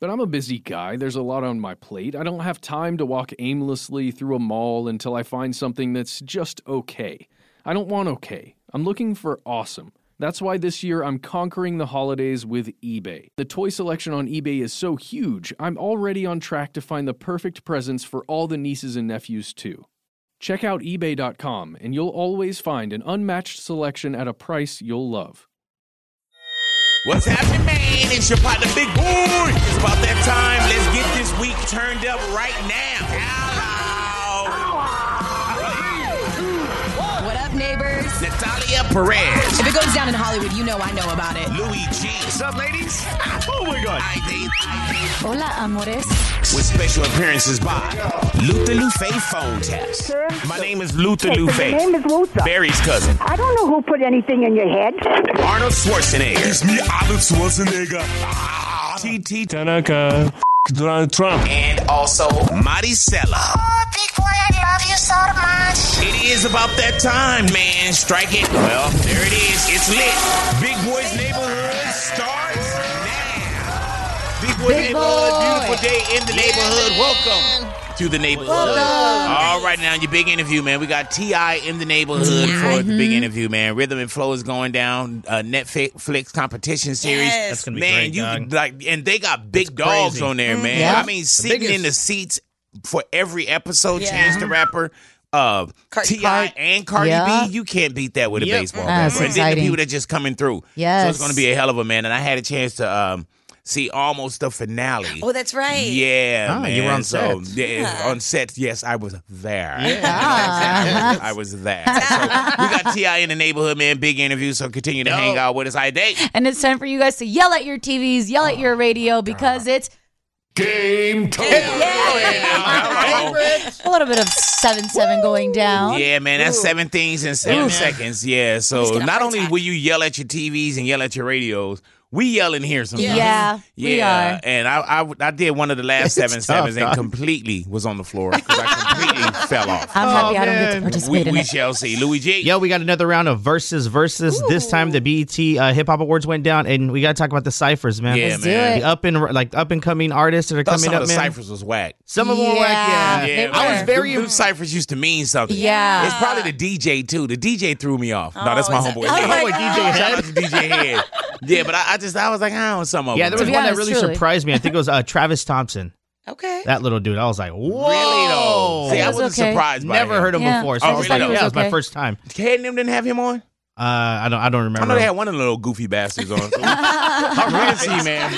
But I'm a busy guy, there's a lot on my plate. I don't have time to walk aimlessly through a mall until I find something that's just okay. I don't want okay, I'm looking for awesome. That's why this year I'm conquering the holidays with eBay. The toy selection on eBay is so huge, I'm already on track to find the perfect presents for all the nieces and nephews, too. Check out eBay.com and you'll always find an unmatched selection at a price you'll love. What's happening, man? It's your partner, Big Boy. It's about that time. Let's get this week turned up right now. Hello. What up, neighbors? Natalia Perez. If it goes down in Hollywood, you know I know about it. Louis G. What's up, ladies? Oh, my God. I think. Hola, amores. With special appearances by Luther Lufe Phone Taps. Sir? My name is Luther Okay, so Lufe. your name is Luther. Barry's cousin. I don't know who put anything in your head. Arnold Schwarzenegger. It's me, Arnold Schwarzenegger. TT. Uh, Tanaka. Donald Trump. And also Maricela. Oh, big boy, I love you so much. It is about that time, man. Strike it. Well, there it is. It's lit. Big Boy's Neighborhood starts now. Big Boy's Big Neighborhood, Boy. beautiful day in the neighborhood. Welcome to the neighborhood. All right, now your big interview, man. We got Ti in the neighborhood for the big Mm-hmm. interview, man. Rhythm and flow is going down. Uh, Netflix competition series. Yes. That's gonna be man, great, you dog. like, and they got big dogs crazy. on there, man. Yeah. I mean, sitting in biggest. the seats for every episode. Yeah. Chance the rapper. Uh, Cart- Ti Cart- and Cardi Yeah. B, you can't beat that with a Yep. baseball Ah, bat. it's And then the exciting. people that just coming through. So it's Yes. going to be a hell of a man. And I had a chance to um, see almost the finale. Oh, that's right. Yeah, Ah, man. you were on so, set. Yeah, Uh-huh. Yeah. on set. Yes, I was there. Ah. I was there. So we got Ti in the neighborhood, man. Big interview. So continue to hang out with us. I date. And it's time for you guys to yell at your TVs, yell at Oh your radio, because it's Oh, a little bit of 7 7 going down. Yeah, man, that's seven things in seven seconds. Yeah, so gonna not high only five. will you yell at your TVs and yell at your radios, we yell in here sometimes. Yeah, we Yeah, are. and I, I I did one of the last seven tough, sevens and dog. completely was on the floor because I completely fell off. I'm happy I don't get Oh, to We, participate in we it. shall see, Luigi. Yo, we got another round of verses versus. This time the BET uh, Hip Hop Awards went down, and we got to talk about the ciphers, man. Yeah, Let's do man. it. The up and like up and coming artists that are Thought coming some up, of the man. ciphers was whack. Some of them were like, Yeah. yeah. They I was were. very. Them ciphers used to mean something. Yeah. it's probably the DJ too. The DJ threw me off. no, that's my is it- homeboy. Oh, Head. my Homeboy DJ Head. Shout out to DJ Head. Yeah, but I, I just I was like, I don't some of Yeah, them. there was be one honest, that really truly. surprised me. I think it was uh, Travis Thompson, Okay. that little dude. I was like, whoa. Really though. See, I That's wasn't okay. surprised by Never him. heard him Yeah. before. So Oh, I was really? like, That yeah, it was was okay. my first time. Ted and them didn't have him on. Uh, I don't, I don't I remember. know they had one of the little goofy bastards on. So. All see, man.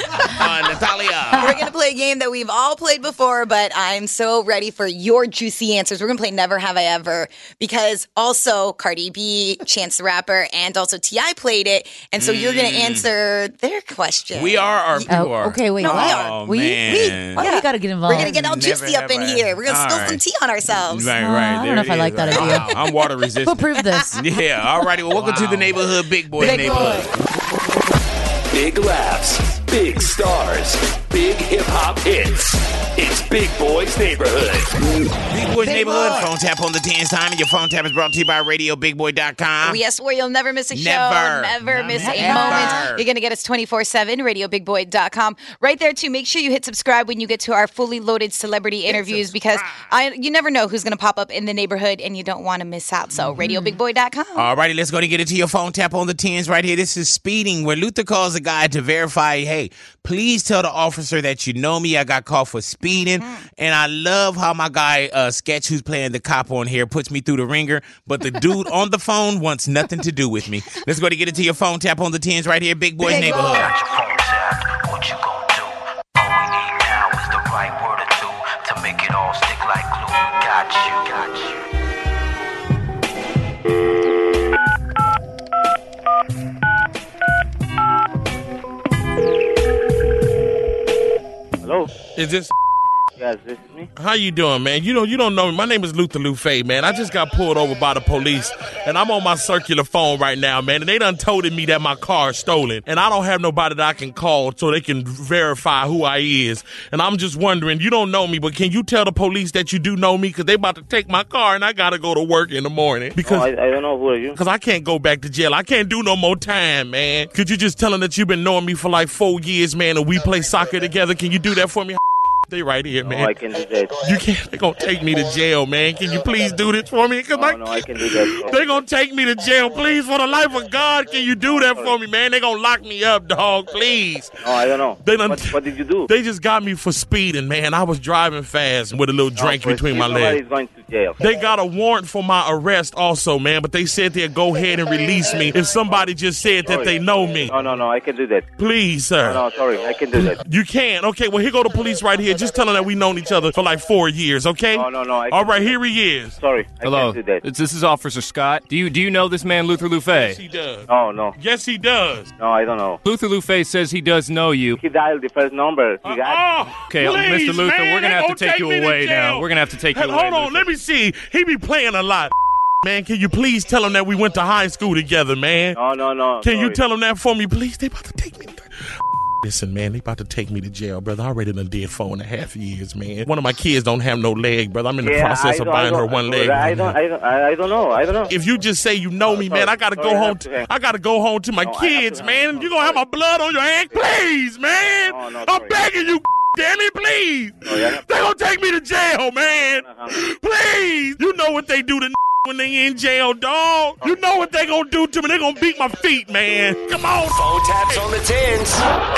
Uh, Natalia. We're going to play a game that we've all played before, but I'm so ready for your juicy answers. We're going to play Never Have I Ever because also Cardi B, Chance the Rapper, and also T.I. played it. And so you're going to answer their question. Mm. We are our people Oh, are. okay, wait. No, we what? are. We? Man. Why do Yeah. we got to get We're involved? going to get all Never juicy have up in I here. We're going to ever. spill All some right. tea on ourselves. Right, Uh, I right. don't there know it if I is. like that Wow, idea. I'm water Who resistant. proved this? yeah. All righty. Well, welcome to the Wow. neighborhood, big boy Big neighborhood. Big laughs, big stars, big hip hop hits. It's Big Boys Neighborhood. Big boy's Big neighborhood. boy. Phone tap on the ten time, and your phone tap is brought to you by RadioBigBoy.com. Oh, yes, where you'll never miss a show. Uh-huh. Never. Never miss a Never. moment. You're going to get us 24 7, radiobigboy.com. Right there, too. Make sure you hit subscribe when you get to our fully loaded celebrity interviews because I, you never know who's going to pop up in the neighborhood and you don't want to miss out. Mm-hmm. So, radiobigboy.com. All righty, let's go to get it to your phone. Tap on the tens right here. This is speeding, where Luther calls a guy to verify. Hey, please tell the officer that you know me. I got caught for speeding, Mm. and I love how my guy uh, Sketch, who's playing the cop on here, puts me through the ringer. But the dude on the phone wants nothing to do with me. Let's go to get it to your phone. Tap on the tens right here, Big Boy Neighborhood. Got your phone tapped, what you gonna do? All we need now is the right word or two to make it all stick like glue. Got you, got you. Hello. Is this Yes, this is me. how you doing, man? You don't you don't know me. My name is Luther Lufe, man. I just got pulled over by the police, and I'm on my circular phone right now, man. And they done told me that my car is stolen, and I don't have nobody that I can call so they can verify who I is. And I'm just wondering, you don't know me, but can you tell the police that you do know me? Cause they about to take my car, and I gotta go to work in the morning because. Oh, I, I don't know who are you. Cause I can't go back to jail. I can't do no more time, man. Could you just tell them that you've been knowing me for like four years, man, and we play soccer together? Can you do that for me? They right here, man. No, I can do that. You can't. They gonna take me to jail, man. Can you please do this for me? Cause No, no, I can do that. they gonna take me to jail, please. For the life of God, can you do that for me, man? They gonna lock me up, dog. Please. No, I don't know. They done, What, what did you do? They just got me for speeding, man. I was driving fast with a little drink No, for between my speeding, legs. Nobody's going to jail. They got a warrant for my arrest, also, man. But they said they'd go ahead and release me if somebody just said that they know me. Oh, No, no, no, I can do that. Please, sir. No, no, sorry, I can do that. You can. Okay, well, here go the police right here. Just tell them that we known each other for like four years, okay? No, no, no. I All can right, do here he is. Sorry, I Hello. can't do that. It's- This is Officer Scott. Do you do you know this man Luther Lufe? He does. No, no, Yes, he does. no, I don't know. Luther Lufe says he does know you. He dialed the first number. He got Oh, Okay, please, Mr. Luther, man, we're they gonna have to gonna take you me to away now. jail. We're gonna have to take you Hey, away. Hold on, Luther. let me see. He be playing a lot. Man, can you please tell him that we went to high school together, man? No, no, no. Can you sorry. tell him that for me, please? They about to take me. to- Listen, man, they about to take me to jail, brother. I already done did four and a half years, man. One of my kids don't have no leg, brother. I'm in the Yeah, process I of don't- buying I her don't- one leg. I right don't, now. I don't, I I don't know. I don't know. Oh, If you just say you know me, sorry. man, I gotta Sorry, go I home. have to hang- I gotta go home to my I have kids, to hang man. up. you gonna have my blood on your hands, please, man. No, no, I'm sorry. begging you, damn it, please. Sorry, I have they gonna take me to jail, man. Uh-huh. Please. You know what they do to when they in jail, dog. Oh. You know what they gonna do to me. They gonna beat my feet, man. Come on. Phone taps on the tens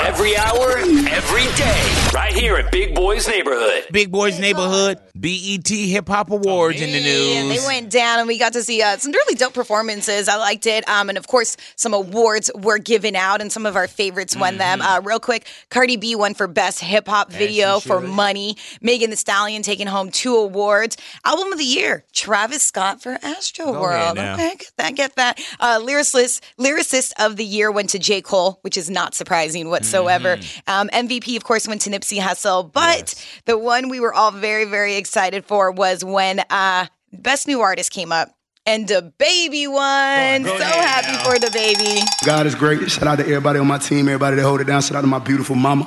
every hour, every day, right here at Big Boy's Neighborhood. Big Boys Neighborhood, BET Hip Hop Awards in the And news. they went down, and we got to see uh, some really dope performances. I liked it. Um, and of course, some awards were given out, and some of our favorites won Mm-hmm. them. Uh, real quick, Cardi B won for Best Hip Hop Video for Money. Megan the Stallion taking home two awards. Album of the Year, Travis Scott for Astroworld. now. Okay, get that, get that. Uh, lyricist, lyricist of the Year went to J. Cole, which is not surprising whatsoever. Um, MVP, of course, went to Nipsey Hussle. But the one we were all very, very excited for was when uh, Best New Artist came up. And the baby won. so happy for the baby. God is great. Shout out to everybody on my team, everybody that hold it down. Shout out to my beautiful mama.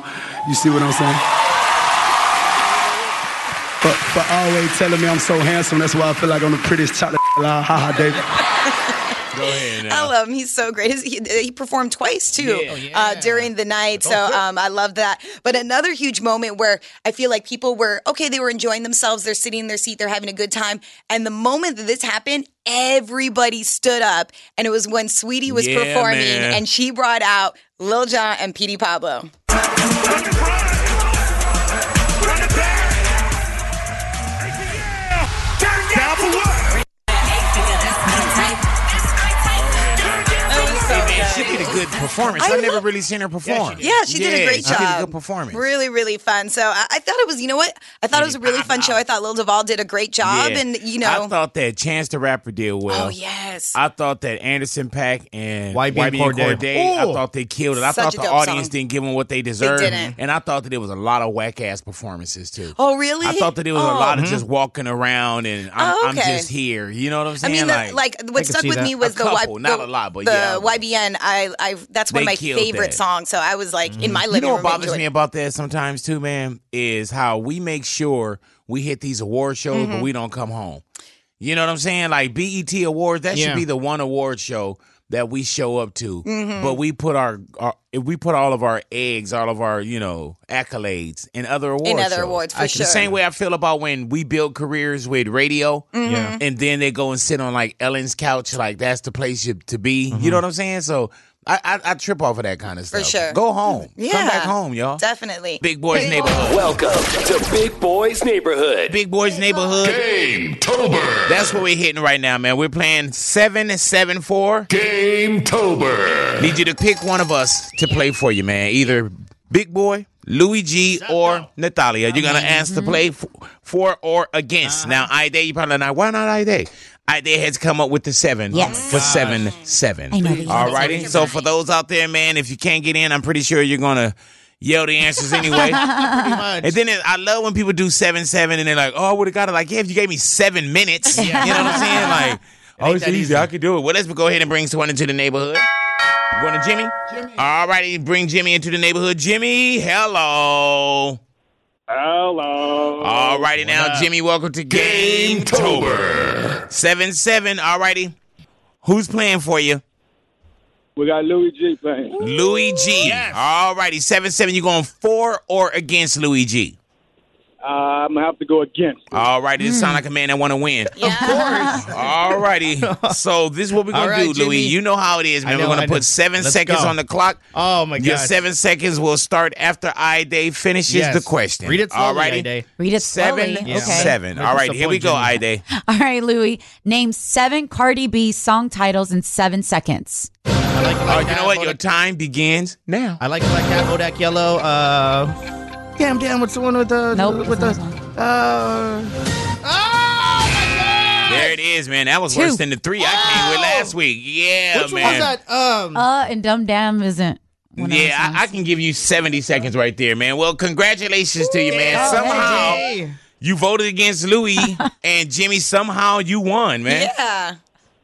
You see what I'm saying? But for always telling me I'm so handsome, that's why I feel like I'm the prettiest chocolate alive. Ha ha, David. Go ahead I love him. He's so great. His, he, he performed twice too uh, during the night. So um, I love that. But another huge moment where I feel like people were okay. They were enjoying themselves. They're sitting in their seat. They're having a good time. And the moment that this happened, everybody stood up, and it was when Sweetie was Yeah, performing, man. and she brought out Lil Jon and Petey Pablo. Down for what? She did a good performance. I I, never love- really seen her perform. Yeah, she did a great She job. did a good performance. Really, really fun. So I, I thought it was, you know what? I thought it was a really fun show. I thought Lil Duval did a great job, Yeah. and you I know, thought that Chance the Rapper did well. oh yes, I thought that Anderson Pack and YB YB, and and Cordae. Cordae, Ooh. I thought they killed it. I Such thought a the dope audience song. didn't give them what they deserved. didn't. And I thought that it was a lot of whack ass performances too. Oh, really? I thought that it was Oh. a lot of just walking around and I'm, Oh, I'm okay. just here. You know what I'm I saying? mean, the, like what stuck see with that. me was A the couple, Y- not the- a lot, but the yeah. YBN. I, I that's one of They my killed favorite that. songs. So I was like in my Mm. You living know what room. bothers enjoying- me about that sometimes too, man, is how we make sure we hit these award shows, Mm-hmm. but we don't come home. You know what I'm saying? Like BET Awards, that Yeah. should be the one award show that we show up to, Mm-hmm. but we put our, our if we put all of our eggs, all of our you know accolades in other awards. other shows. awards, for I- sure. The same way I feel about when we build careers with radio, Yeah. and then they go and sit on like Ellen's couch, like that's the place you, to be. You know what I'm saying? So. I, I, I trip off of that kind of For stuff. sure. Go home. Yeah. Come back home, y'all. Definitely. Big Boys Neighborhood. Welcome to Big Boy's Neighborhood. Big Boys Neighborhood. Game Tober. That's what we're hitting right now, man. We're playing 774. Game Tober. Need you to pick one of us to play for you, man. Either Big Boy, Louis G, or Natalia. You're going to Mm-hmm. ask to play f- for or against. Uh-huh. Now, Ide, you probably not. Why not Ide? Ide has come up with the seven Yes. for seven seven. I know that you All have righty. So for those out there, man, if you can't get in, I'm pretty sure you're gonna yell the answers anyway. And then it, I love when people do seven seven and they're like, "Oh, I would have got it." Like, yeah, if you gave me seven minutes, you know what I'm saying? Like, oh, it's easy. I could do it. Well, let's go ahead and bring someone into the neighborhood. You want to Jimmy? Jimmy. All righty, bring Jimmy into the neighborhood. Jimmy, hello. Hello. All righty now, Jimmy. Welcome to Game Tober. Seven seven. All righty. Who's playing for you? We got Louis G playing. Louis G. All righty, seven seven. You going for or against Louis G? Uh, I'm gonna have to go against. All righty, this sound like a man that want to win. Of course. All righty. So this is what we're All gonna right, do, Louis. Jimmy. You know how it is, I man. know, we're I gonna know. put 7 Let's seconds go. on the clock. Oh my Your gosh. seven seconds will start after I Day finishes Yes. the question. Read it slowly, All righty. Ide. Read it Seven, slowly. seven. Make All right, us a here we point, go, Jimmy. I Day. All right, Louis. Name seven Cardi B song titles in seven seconds. Oh, you know what? Your time begins now. I like Black Cat, Bodak Yellow. Uh, damn, damn. What's the one with the? Nope. With uh, the? Uh, There it is, man. That was Two. worse than the three I came with last week. Yeah, Which one man. was that? Um, uh, and Dumb Dam isn't. Yeah, I, I can give you 70 seconds right there, man. Well, congratulations to you, man. Yeah. Oh, somehow Hey. you voted against Louis and Jimmy, somehow you won, man. Yeah.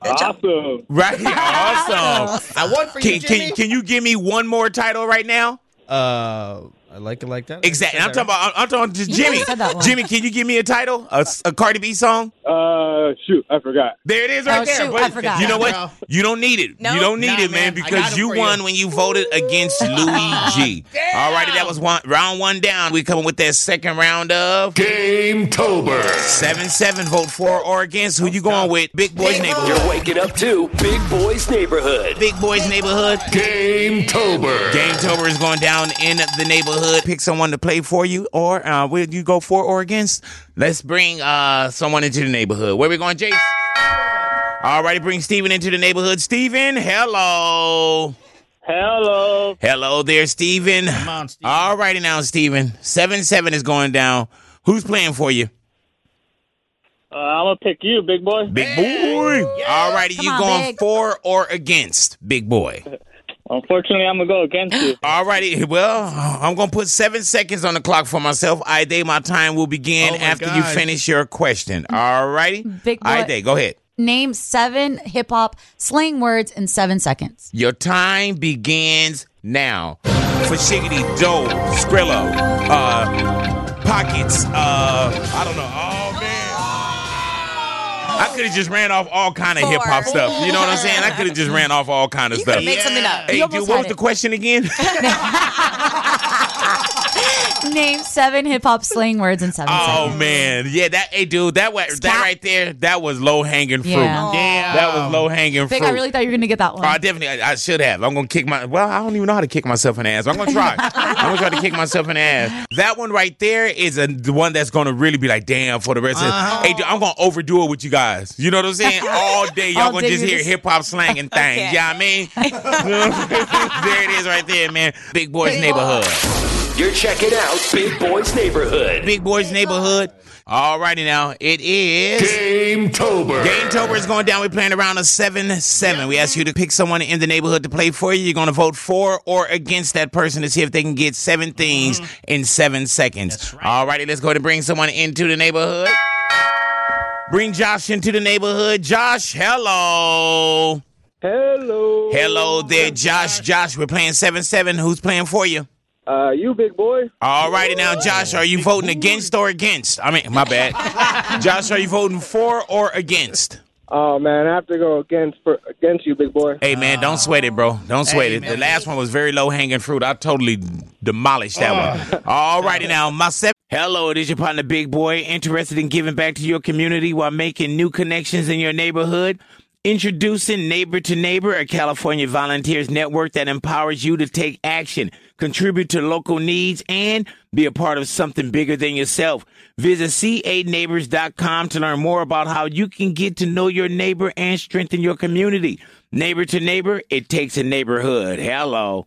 Awesome. Right? awesome. I won for can, you, can- Jimmy. Can, you give me one more title right now? uh, I like it like that. Exactly. I'm talking about. I'm, I'm talking just You Jimmy. never said that one. Jimmy, can you give me a title? A, s- a Cardi B song? Uh, shoot, I forgot. There it is, right Oh, there. shoot, but I forgot. You know what? Bro. You don't need it. No? You don't need Nah, it, man, man. I got because it you for you. won when you voted against Louis G. All righty, that was one round one down. We coming with that second round of Game Tober. Seven seven. Vote for or against. Who you going with? Big Boys Neighborhood. You're waking up to Big Boys Neighborhood. Big Boys Neighborhood. Game Tober. Game Tober is going down in the neighborhood. Pick someone to play for you, or uh, will you go for or against? Let's bring uh, someone into the neighborhood. Where we going, Jace? All righty, bring Steven into the neighborhood. Steven, hello. Hello. Hello there, Steven. Come on, Steven. All righty now, Steven. 7 7 is going down. Who's playing for you? Uh, I'm gonna pick you, big boy. Big boy. All righty, you on, going Big. for or against, big boy? Unfortunately, I'm gonna go against you. All righty. Well, I'm going to put seven seconds on the clock for myself. I day my time will begin Oh my after you gosh. finish your question. All righty. Big boy. I day, go ahead. Name seven hip hop slang words in seven seconds. Your time begins now. For Shiggity, Doe, Skrillo, uh, Pockets, uh, I don't know. Oh, man. I could have just ran off all kind of hip hop stuff. You know what I'm saying? I could have just ran off all kind of stuff. could've made something up. Hey, You dude, almost what had was it. the question again? Name seven hip hop slang words in seven seconds. Oh man, yeah, that hey dude, that wa- that right there, that was low hanging fruit. Yeah. Damn. that was low hanging fruit. Vic, I really thought you were gonna get that Oh, one. I definitely, I, I should have. I'm gonna kick my. Well, I don't even know how to kick myself in the ass. but I'm gonna try. I'm gonna try to kick myself in the ass. That one right there is a, the one that's gonna really be like, damn, for the rest Uh-huh. of. Hey, dude, I'm gonna overdo it with you guys. You know what I'm saying? All day, y'all All gonna day just you hear just- hip hop slang and things. Okay. Yeah, I mean, there it is right there, man. Big boys neighborhood. You're checking out Big Boys Neighborhood. Big Boys Neighborhood. All righty now, it is Game Tober. Game Tober is going down. We're playing around a seven-seven. We ask you to pick someone in the neighborhood to play for you. You're going to vote for or against that person to see if they can get seven things in seven seconds. All righty, let's go ahead and bring someone into the neighborhood. Bring Josh into the neighborhood. Josh, hello. Hello. Hello there, Josh. Josh, we're playing seven-seven. Who's playing for you? Uh, you big boy. All righty now, Josh, are you voting against or against? I mean, my bad. Josh, are you voting for or against? Oh man, I have to go against for against you, big boy. Hey man, don't sweat it, bro. Don't sweat it. The last one was very low hanging fruit. I totally demolished that one. All righty now, my seven. Hello, it is your partner, Big Boy, interested in giving back to your community while making new connections in your neighborhood. Introducing Neighbor to Neighbor, a California volunteers network that empowers you to take action, contribute to local needs, and be a part of something bigger than yourself. Visit ca-neighbors.com to learn more about how you can get to know your neighbor and strengthen your community. Neighbor to neighbor, it takes a neighborhood. Hello.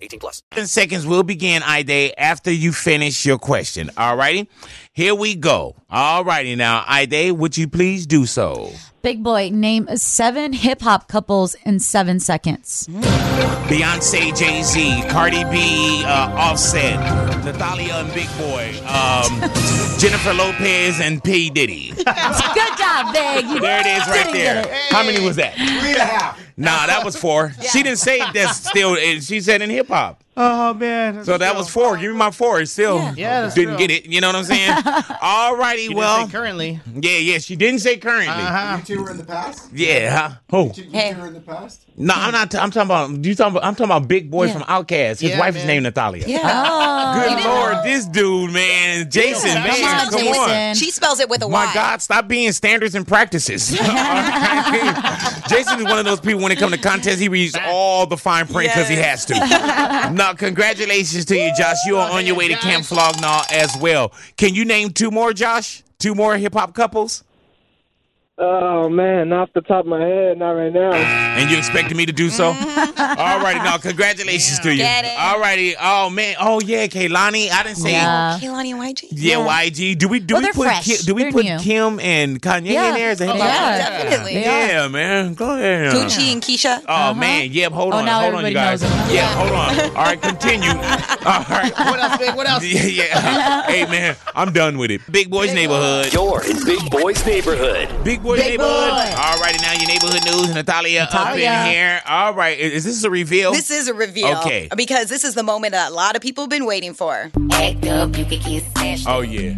18 plus. 10 seconds will begin, Ide, after you finish your question. All righty? Here we go. All righty now, Ide, would you please do so? Big boy, name seven hip hop couples in seven seconds. Beyonce, Jay Z, Cardi B, uh, Offset, Natalia and Big Boy, um, Jennifer Lopez and P. Diddy. Good job, Big. You There it is right didn't there. get it. How many was that? Three and a half. Nah, that was four. She didn't say that's still, eh, she said in hip hop. Oh man. So that was four. Give me my four. It still Yeah, that's didn't real. get it. You know what I'm saying? All righty, She didn't well. say currently. Yeah, yeah, she didn't say currently. Uh-huh. You two were in the past? Yeah. Huh? Who? You hey. two were in the past? No, I'm not. i I'm talking about you. Talking about, I'm talking about Big Boy from Outkast. His Yeah, wife is man. named Natalia. Oh. Yeah. Good lord, this dude, man, Jason, Come man, on, come Jason. on. She spells it with a Y. My God, stop being standards and practices. Jason is one of those people when it comes to contests, he reads all the fine print because he has to. now, congratulations to you, Josh. You are on your way to Camp Flognaw as well. Can you name two more, Josh? Two more hip hop couples? Oh man, not off the top of my head, not right now. And you expecting me to do so? Mm-hmm. All righty, now congratulations to you. All righty. Oh man. Oh yeah, Kaylani. I didn't say. Yeah. Kaylani YG. Yeah, YG. Do we do Well, we they're put fresh. Ki- do we They're put new. Kim and Kanye in Yeah. there as a Oh, hip yeah, definitely. They are. Yeah, man. Go ahead. Gucci and Keisha. Oh Uh-huh. man, yep. Hold Oh, on, now hold on, you everybody guys. knows Yeah, hold on. All right, continue. All right. What else, Big? What else? Yeah, yeah. Hey man, I'm done with it. Big Boys Neighborhood. You're in Big Boy's neighborhood. Big Boys Big Neighborhood. Boy. All righty, now your neighborhood news. Natalia, up Natalia. in here. All right, is, is this a reveal? This is a reveal. Okay. Because this is the moment that a lot of people have been waiting for. Oh yeah.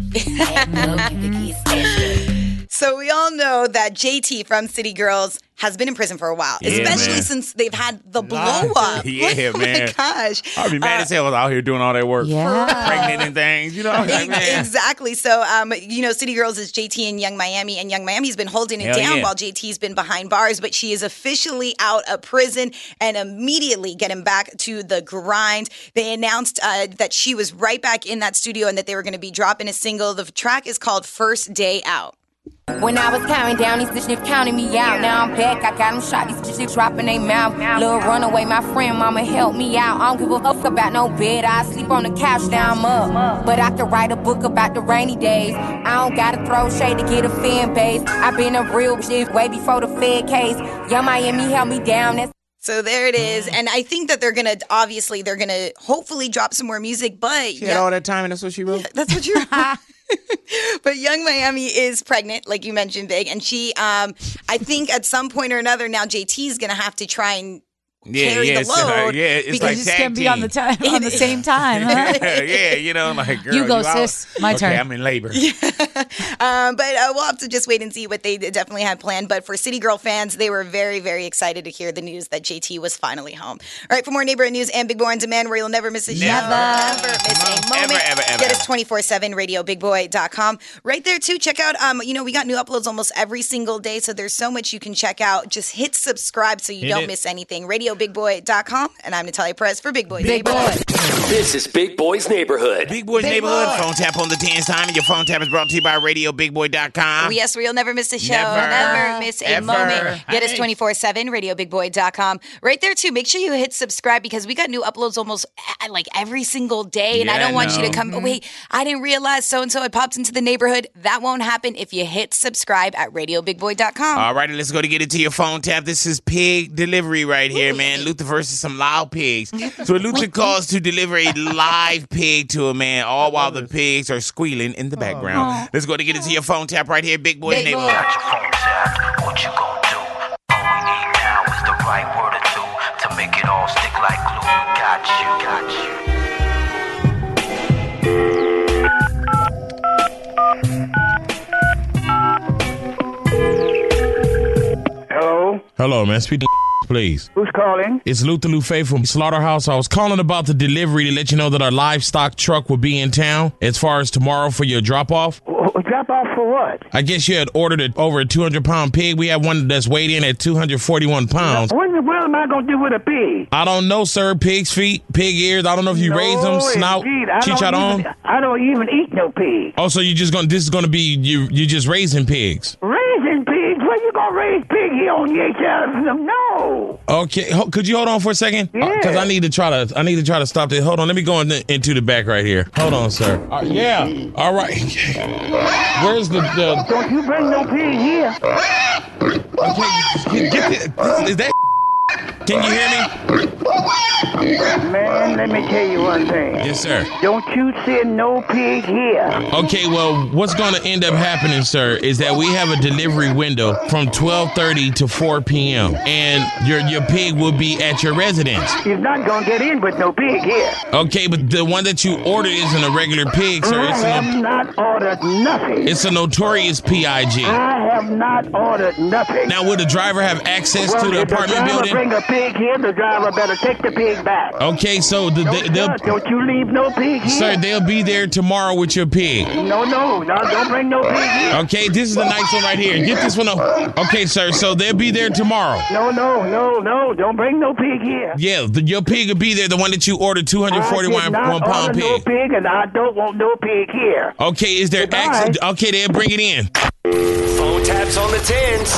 So we all know that JT from City Girls has been in prison for a while, Yeah, especially man. since they've had the blow up. Yeah, oh man. my gosh. I'd be mad Uh, as hell out here doing all that work. Yeah. Pregnant and things, you know? Like, man. Exactly. So, um, you know, City Girls is JT and Young Miami, and Young Miami's been holding it Hell down yeah. while JT's been behind bars, but she is officially out of prison and immediately getting back to the grind. They announced uh, that she was right back in that studio and that they were going to be dropping a single. The track is called First Day Out. When I was counting down, these bitches kept counting me out. Now I'm back, I got them shot, these bitches dropping they mouth. Little runaway, my friend, mama, help me out. I don't give a fuck about no bed, I sleep on the couch, now I'm up. But I could write a book about the rainy days. I don't gotta throw shade to get a fan base. i been a real shit way before the Fed case. Young Miami held me down, that's So there it is, and I think that they're gonna obviously they're gonna hopefully drop some more music, but She had all that time and that's what she wrote? that's what you're. but Young Miami is pregnant, like you mentioned, Big, and she, um, I think at some point or another, now JT's gonna have to try and Yeah, carry yeah, the it's like- load yeah, it's because like it's tag gonna team. On the time, on the same time, huh? yeah, yeah, you know, like, girl. You go, out? sis. My okay, turn. I'm in labor. Um, but uh, we'll have to just wait and see what they definitely had planned. But for City Girl fans, they were very, very excited to hear the news that JT was finally home. All right, for more neighborhood news and Big Boy on Demand, where you'll never miss a show, never miss a moment. ever, ever, Get ever. us 24 7 radiobigboy.com. Right there, too. Check out, um, you know, we got new uploads almost every single day. So there's so much you can check out. Just hit subscribe so you Hit don't it. miss anything. Radiobigboy.com. And I'm Natalia Perez for Big Boy. Big Boy. This is Big Boy's neighborhood. Big Boys Neighborhood, phone tap on the 10 time, and your phone tap is brought to you by RadioBigBoy.com. Well, yes, where you'll never miss a show. Ah. Never. Never, miss a Ever. moment. Get us Hey. 24 7, radiobigboy.com. Right there, too. Make sure you hit subscribe because we got new uploads almost eh, like every single day. and Yeah, I don't I want you to know. come, Mhm. wait, I didn't realize so and so had popped into the neighborhood. That won't happen if you hit subscribe at radiobigboy.com. All righty, let's go to get it to your phone tap. This is pig delivery right here, man. Luther versus some loud pigs. So Luther calls to deliver a live pig to a man, all while the pigs are squealing in the Oh. background. Aw. Let's go to get it to your phone tap right here, Oh. big boy Big boy. neighborhood. What you gonna do? All we need now is the right word or two to make it all stick like glue. Got you, got you. Hello, man. Speak to please? Who's calling? It's Luther Lufe from Slaughterhouse. I was calling about the delivery to let you know that our livestock truck will be in town as far as tomorrow for your drop off. Oh, Drop off for what? I guess you had ordered a, over a 200 pound pig. We have one that's weighed in at 241 pounds. What in the world am I gonna do with a pig? I don't know, sir. Pig's feet, pig ears. I don't know if you raise them, Oh, snout, indeed. I don't chicharron. even- I don't even eat no pig. Oh, so you just gonna this is gonna be you you just raising pigs. Raising pigs? Where you gonna raise pig here on your house? No. Okay, ho- could you hold on for a second? Because I need to try to I need to try to stop this. Hold on, let me go in the, into the back right here. Hold on, sir. Uh, yeah. All right. Where's the, the Don't you bring no pig here. Okay, get the, is that? Can you hear me? Man, let me tell you one thing. Yes, sir. Don't you send no pig here. Okay, well, what's going to end up happening, sir, is that we have a delivery window from 12:30 to 4 p.m. and your your pig will be at your residence. You're not gonna get in with no pig here. Okay, but the one that you ordered isn't a regular pig, sir. I It's have an, not ordered nothing. it's a notorious pig. I have not ordered nothing. Now, will the driver have access well, to the if apartment the driver building? bring a pig here, the driver better take the pig back. Okay, so the, they, they'll. Don't you leave no pig here. Sir, they'll be there tomorrow with your pig. No, no, no, don't bring no pig here. Okay, this is the nice one right here. Get this one up. Okay, sir. So they'll be there tomorrow. No, no, no, no, don't bring no pig here. Yeah, the, your pig will be there. The one that you ordered, two hundred I forty-one did not one pound order no pig. pig, and I don't want no pig here. Okay, is there access? Okay, they'll bring it in. Phone taps on the tens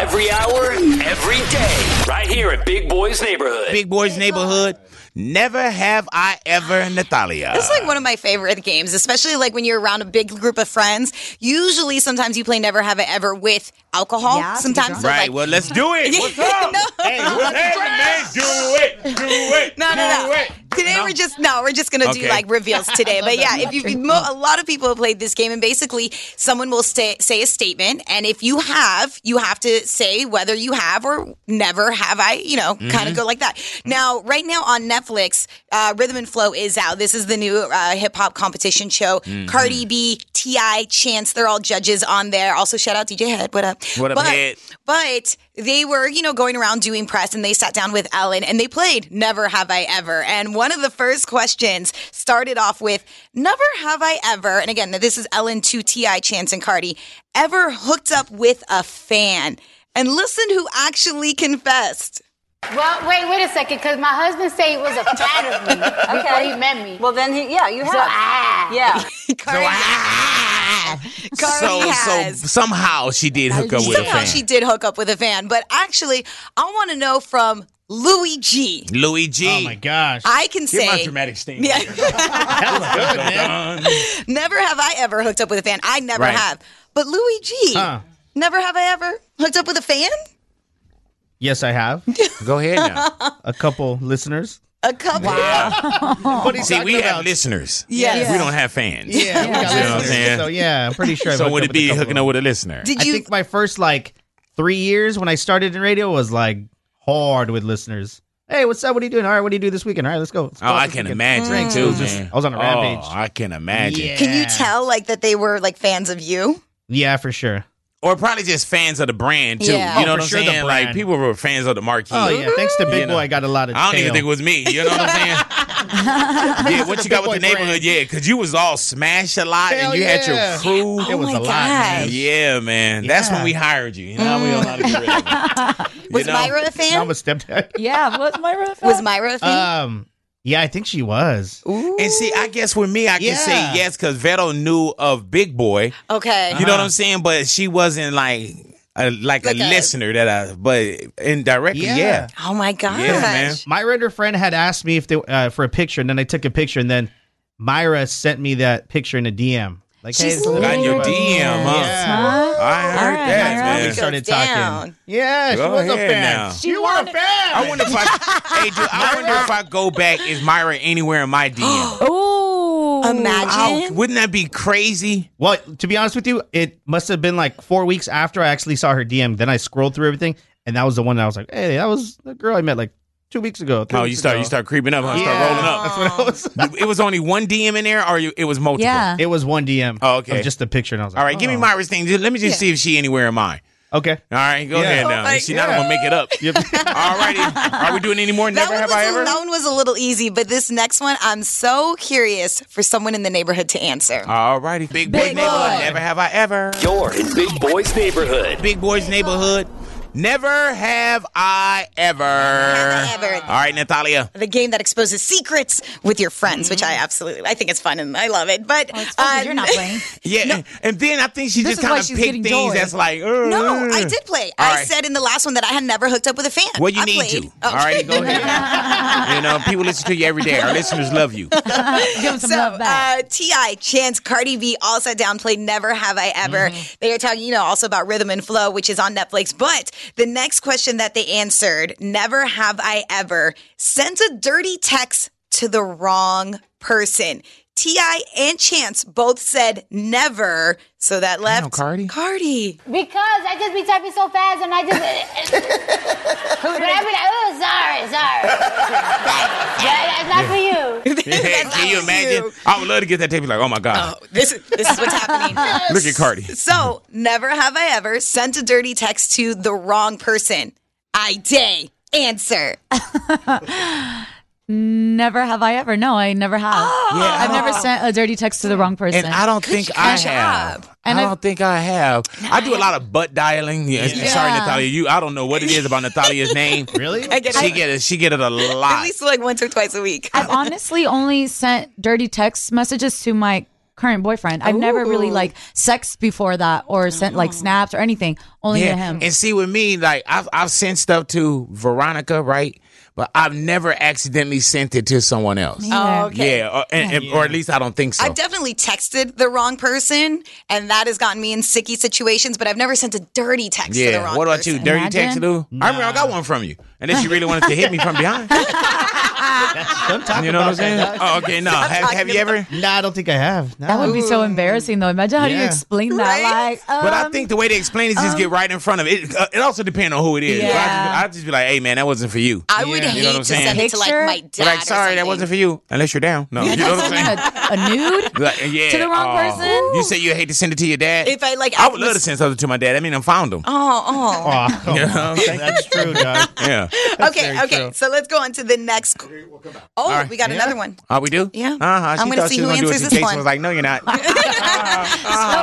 every hour, every day, right here at Big Boy's Neighborhood. Big Boy's Neighborhood. Never have I ever, Natalia. This is like one of my favorite games, especially like when you're around a big group of friends. Usually, sometimes you play Never Have I Ever with alcohol. sometimes, so, right, like, well, let's do it. What's up? Hey, what's happening, man? Do it. Do it. no, no, no. Today we're just no, we're just gonna Okay. do like reveals today. But yeah, if you mo- a lot of people have played this game, and basically someone will stay, say a statement, and if you have, you have to say whether you have or never have I, you know, kind Mhm. Mm-hmm. of go like that. Now, right now on Netflix, uh, Rhythm and Flow is out. This is the new uh, hip hop competition show. Mm-hmm. Mhm. Cardi B, Ti, Chance, they're all judges on there. Also, shout out DJ Head. What up? What up, but, Head? But they were, you know, going around doing press and they sat down with Ellen and they played Never Have I Ever. And one of the first questions started off with Never Have I Ever. And again, this is Ellen to T.I. Chance and Cardi, ever hooked up with a fan. And listen who actually confessed. Well, wait, wait a second, because my husband said he was a fan of me before he met me. Well, then he, yeah, you have. So, ah, yeah. Cardi so, has. so somehow she did hook up with a Somehow fan. she did hook up with a fan. But actually, I want to know from Louis G. Louis G. Oh my gosh. I can Give my say- dramatic statement. Yeah. never have I ever hooked up with a fan. I never Right. have. But Louis G. Huh. Never have I ever hooked up with a fan. Yes, I have. Go ahead now. a couple listeners. A couple. What are you See, talking we have about? listeners. Yes. We don't have fans. Yeah, we got You know what I'm listeners, saying? so yeah, I'm pretty sure I've So hooked would up with it a be couple hooking up with a listener? I think my first like three years when I started in radio was like hard with listeners. Hey, what's up? What are you doing? All right, what do you do this weekend? All right, let's go. Let's Oh, go out I this can weekend. imagine Drinks. It too. was just- man. I was on a Oh, rampage. I can imagine. Can you tell like that they were like fans of you? Yeah, for sure. Or probably just fans of the brand too. Yeah. You know Oh, what for I'm sure the saying? Like brand. people were fans of the marquee. Oh yeah, thanks to Big You know. Boy, I got a lot of. I don't even tail. think it was me. You know what I'm saying? yeah, what you got with the neighborhood? Yeah, because you was all smash a lot Hell and you had yeah. your crew. It was a lot, man. Yeah, man. That's when we hired you. You know, we had a lot of you ready. You Was know? Myra a fan? I'm a stepdad. Yeah, was Myra a fan? Was Myra a fan? Um, yeah, I think she was. And see, I guess with me, I can say Yeah. yes because Vero knew of Big Boy. okay. Uh, You know what I'm saying? But she wasn't like a, Uh-huh. like, Like a, a- listener that I, but indirectly, yeah. Oh my gosh. Yeah, man. Myra and her friend had asked me if they uh, for a picture, and then I took a picture, and then Myra sent me that picture in a DM. Like, hey, this is what Got I'm your doing. DM, huh? Yeah. I heard that, man. We started talking. Yeah, she Go was a ahead fan. now. She you were a fan. I wonder if I, hey, dude, I wonder if I go back, is Myra anywhere in my DM? Oh, Ow, imagine. wouldn't that be crazy? Well, to be honest with you, it must have been like four weeks after I actually saw her DM. Then I scrolled through everything, and that was the one that I was like, "Hey, that was the girl I met like two weeks ago." three Oh, you weeks start ago. you start creeping up, huh? You Yeah. Start rolling up. That's what I was. it was only one DM in there, or you, it was multiple. It was one DM. Oh, okay. Of just a picture, and I was like, All right, give me oh. Myra's thing. Just- Let me just see if she anywhere in mine. Okay. Oh All right, go ahead now. She's not gonna make it up. All righty. Are we doing any more? Never that, have one I was a- ever. that one was a little easy, but this next one, I'm so curious for someone in the neighborhood to answer. All righty, big, boy, Big neighborhood. boy. Never have I ever. You're in big boy's neighborhood. Big boy's neighborhood. Never have I ever. ever. All right, Natalia. The game that exposes secrets with your friends, which Mm-hmm. I absolutely, I think it's fun and I love it. But um, you're not playing. Yeah, and then I think she This just is why kind of she's picked getting things joy. that's like. uh, No, I did play. All I right. said in the last one that I had never hooked up with a fan. Well, you I need played. Oh. to. All right, go ahead. you know, people listen to you every day. Our listeners love you. so, Uh, T.I., Chance, Cardi B, All Set Down played Never Have I Ever. They are talking, you know, also about Rhythm and Flow, which is on Netflix. But the next question that they answered, Never Have I Ever, sends a dirty text to the wrong person. T.I. and Chance both said never. So that left Cardi. Cardi. Because I just be typing so fast and I just. but I be like, oh, sorry, sorry. yeah, that's not for you. Yeah, can you imagine? I would love to get that tape. Like, oh my god, This is, this is what's happening. look at Cardi. So, never have I ever sent a dirty text to the wrong person. I day answer. Never have I ever. No, I never have. Yeah, I've I never don't- sent a dirty text to the wrong person. And I don't think I have. I don't think I have. I do a lot of butt dialing. Yeah, Yeah. Sorry, Yeah. Natalia. You, I don't know what it is about Natalia's name. really? I get it. She get it. She get it a At lot. least like once or twice a week. I've honestly only sent dirty text messages to my current boyfriend. I've never really Ooh. Oh. like sexed before that or sent like snaps or anything. Only to him. And see, with me, like I've I've sent stuff to Veronica, right? But I've never accidentally sent it to someone else. Me either. Oh, okay. Yeah, or, and, and- or at least I don't think so. I've definitely texted the wrong person, and that has gotten me in sicky situations, but I've never sent a dirty text to the yeah. wrong What about person. you? Dirty text, Lou? I remember I got one from you, unless you really wanted to hit me from behind. you know what I'm saying? Oh, okay, no. Have, have you ever? No, I don't think I have. That would be so embarrassing though. Imagine how do you Yeah. explain that? Like, oh. but um, I think the way they explain it is just get right in front of it. It, uh, it also depends on who it is. Yeah. I just, I just be like, hey, man, that wasn't for you. I would You know hate what I'm to saying? send it to like my Be dad. like, or sorry, that wasn't for you, unless you're down. No, you know what I'm saying? a, a nude. Be like, yeah, To the wrong oh. person? You say you hate to send it to your dad. If I, like, I would love to send something to my dad. I mean, I found him. Oh, oh. That's true, dog. Yeah. okay, okay. So let's go on to the next. Oh, All right. we got Yeah. another one. Oh, we do? Yeah. Uh huh. She I'm gonna thought see she was who gonna do answers it. this Jason one. was like, no, you're not. Slow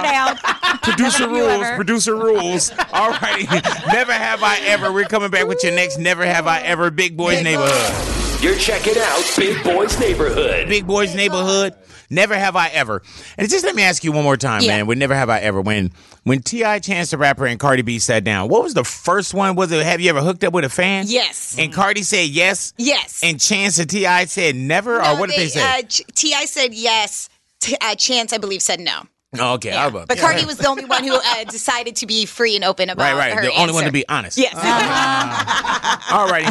down. Producer Never have you rules. ever. Producer rules. All righty. never have I ever. We're coming back with your next Never Have I Ever Big Boys Neighborhood. You're checking out Big Boys Neighborhood. Big Boys Neighborhood. Never have I ever. And just let me ask you one more time, Yeah. man. With Never Have I Ever, when when T.I. Chance the Rapper and Cardi B sat down, what was the first one? Was it Have You Ever Hooked Up with a Fan? Yes. And Cardi said yes? Yes. And Chance and T.I. said never? or what did they say? Uh, Ch- Ti said yes. T- uh, Chance, I believe, said no. Oh, okay, I was about But to- Cardi was the only one who uh, decided to be free and open about right, right. her The only one answer. to be honest. Yes. All righty.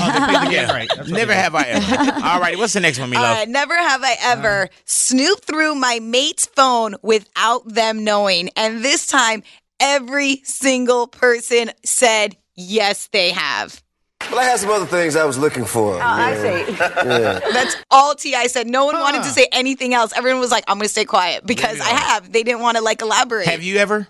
yeah. Never have I ever. All righty. What's the next one, me love? Uh, never have I ever snooped through my mate's phone without them knowing. And this time, every single person said, yes, they have. Well, I had some other things I was looking for. Oh, I see. That's all T.I. said. No one wanted to say anything else. Everyone was like, I'm going to stay quiet because I have. They didn't want to like elaborate. have you ever?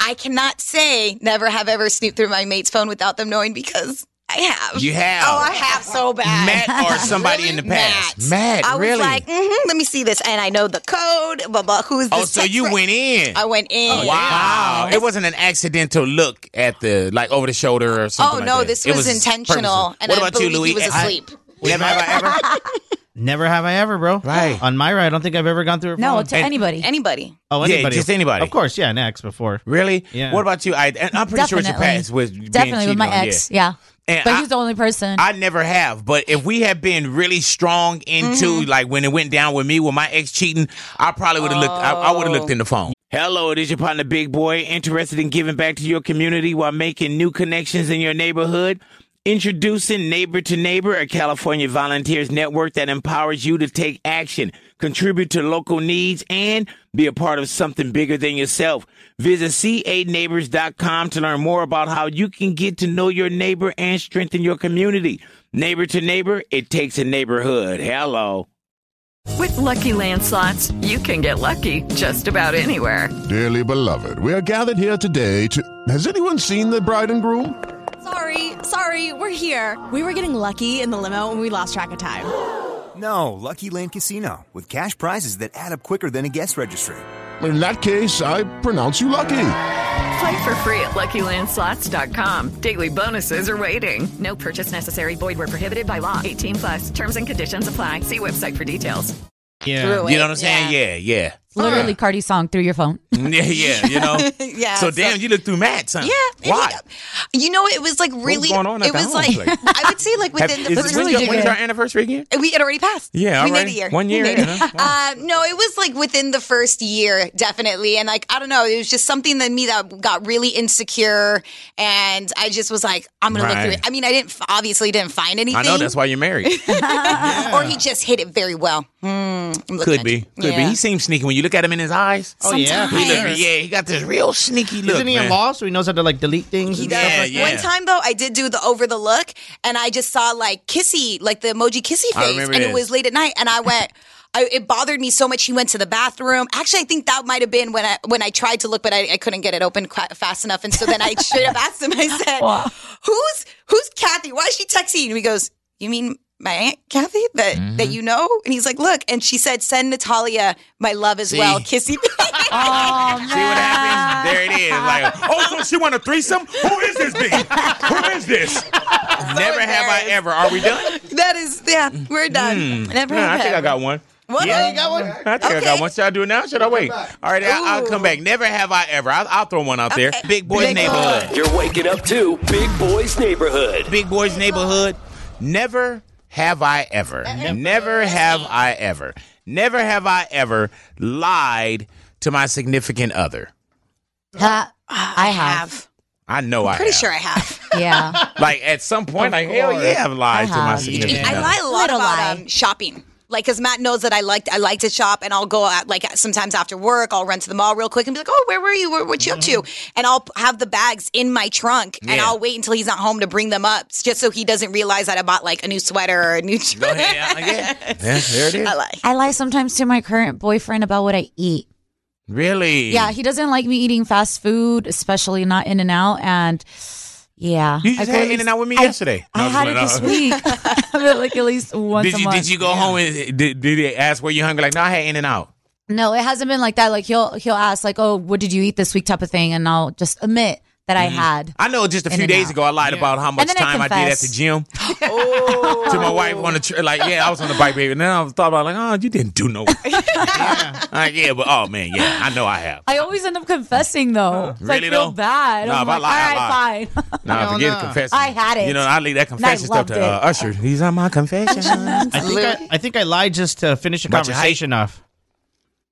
I cannot say never have ever snooped through my mate's phone without them knowing because I have. You have. Oh, I have so bad. Matt or somebody in the past? Matt, I was really? like, hmm let me see this, and I know the code. Blah blah. Who's this? oh, so text you fri- went in. Oh, I went in. Wow. It wasn't an accidental look at the, like, over the shoulder or Oh something. no, like that. this It was, intentional, purposeful. and what I about you, believe Louis? he was I- asleep. never have I ever. Never have I ever, bro. Right. On my ride, I don't think I've ever gone through a phone. anybody. Anybody. Oh, Yeah, anybody. just anybody. Of course, yeah, an ex before. Really? Yeah. What about you? I, and I'm pretty sure it's your Definitely. past was being Definitely with cheated my on, ex. Yeah. And But I- he's the only person. I never have, but if we had been really strong into Mm-hmm. Mhm. like when it went down with me with my ex cheating, I probably would have looked. I, I would have looked in the phone. Hello, it is your partner, Big Boy, interested in giving back to your community while making new connections in your neighborhood. Introducing Neighbor to Neighbor, a California volunteers network that empowers you to take action, contribute to local needs, and be a part of something bigger than yourself. Visit ca-neighbors.com to learn more about how you can get to know your neighbor and strengthen your community. Neighbor to neighbor, it takes a neighborhood. Hello. With Lucky Land slots, you can get lucky just about anywhere. Dearly beloved, we are gathered here today to. Has anyone seen the bride and groom? Sorry, sorry, we're here. We were getting lucky in the limo and we lost track of time. No, Lucky Land Casino, with cash prizes that add up quicker than a guest registry. In that case, I pronounce you lucky. Play for free at LuckyLandSlots.com. Daily bonuses are waiting. No purchase necessary. Void where prohibited by law. 18 plus. Terms and conditions apply. See website for details. Yeah. You know what I'm saying? Yeah, yeah. It's literally Cardi's song through your phone. Yeah, yeah, you know? Yeah, So, so- damn, you look through Matt's, huh? Yeah, it- Why? You know, it was like really. going on at it the was home like place? I would say like Have- within is the this first really good? When's our anniversary again? We it already passed. Yeah, we all right. made a year. One year We made in, it. huh? Uh, no, it was like within the first year, definitely. And like I don't know, it was just something that me that got really insecure, and I just was like, I'm gonna look Right. through it. I mean, I didn't obviously didn't find anything. I know that's why you're married. Or he just hid it very well. Hmm, I'm looking Could at be. you. Could be. Yeah. He seems sneaky when you look at him in his eyes. Oh, yeah. He look- Sometimes. yeah, he got this real sneaky look. Isn't he man. a law, so he knows how to like delete things? He and does. stuff like One time though, I did do the over the look, and I just saw like kissy, like the emoji kissy I face, remember and it this. was late at night, and I went. I, it bothered me so much. He went to the bathroom. Actually, I think that might have been when I when I tried to look, but I, I couldn't get it open quite fast enough. And so then I should have asked him. I said, "Who's who's Kathy? Why is she texting?" And he goes, "You mean my aunt Kathy that Mm-hmm. that you know?" And he's like, "Look," and she said, "Send Natalia my love as well, kissy." oh man! There it is. Like, oh, so she want a threesome? Who is this bitch? Who is this? Never have I ever. Are we done? That is, yeah, we're done. Hmm. Never Nah, I have think I ever. got one. What? Yeah. You got one? I think I got one. Should I do it now? Should I wait? All right, I, I'll come back. Never have I ever. I'll, I'll throw one out there. Eh, Big boys neighborhood. You're waking up to Big Boys Neighborhood. Big boys neighborhood. Never have I ever. Never have I ever. Never have I ever lied to my significant other. Ha- Ah, I have. I know Oh, I. Pretty have. sure I have. Yeah. Like at some point, like hell course. yeah, I've lied to my have. significant I other. lie a lot about um, shopping. Like, cause Matt knows that I like I like to shop, and I'll go out like sometimes after work, I'll run to the mall real quick and be like, "Oh, where were you? What, what you up to?" Mm-hmm. And I'll have the bags in my trunk, and Yeah. I'll wait until he's not home to bring them up, just so he doesn't realize that I bought like a new sweater or a new. yeah, there it is. I lie. I lie sometimes to my current boyfriend about what I eat. Really? Yeah, he doesn't like me eating fast food, especially not In and Out, and yeah. You just I go at had least- In and Out with me I- yesterday. I, No, had it just this week. I have it like at least once Did a you month. did you go home and did, did they ask where you hungry? Like, no, I had In and Out. No, it hasn't been like that. Like he'll he'll ask like, "Oh, what did you eat this week?" type of thing, and I'll just admit that I had. Mm. I know just a few In-N-Out. days ago I lied about how much then I time I, did at confess. the gym. To my wife on the tr- like, yeah, I was on the bike, baby. And then I was thought about like, oh, you didn't do no. like, yeah, but oh man, yeah, I know I have. I always end up confessing though. It's like Really, feel though? bad. No, I'm if I like, lie, I all right, fine. Nah, No, forget no. confessing. I had it. You know, I leave that And I confession stuff loved to uh, it. Usher. These are my confessions. that. I think I, I think I lied just to finish the About your height? conversation off.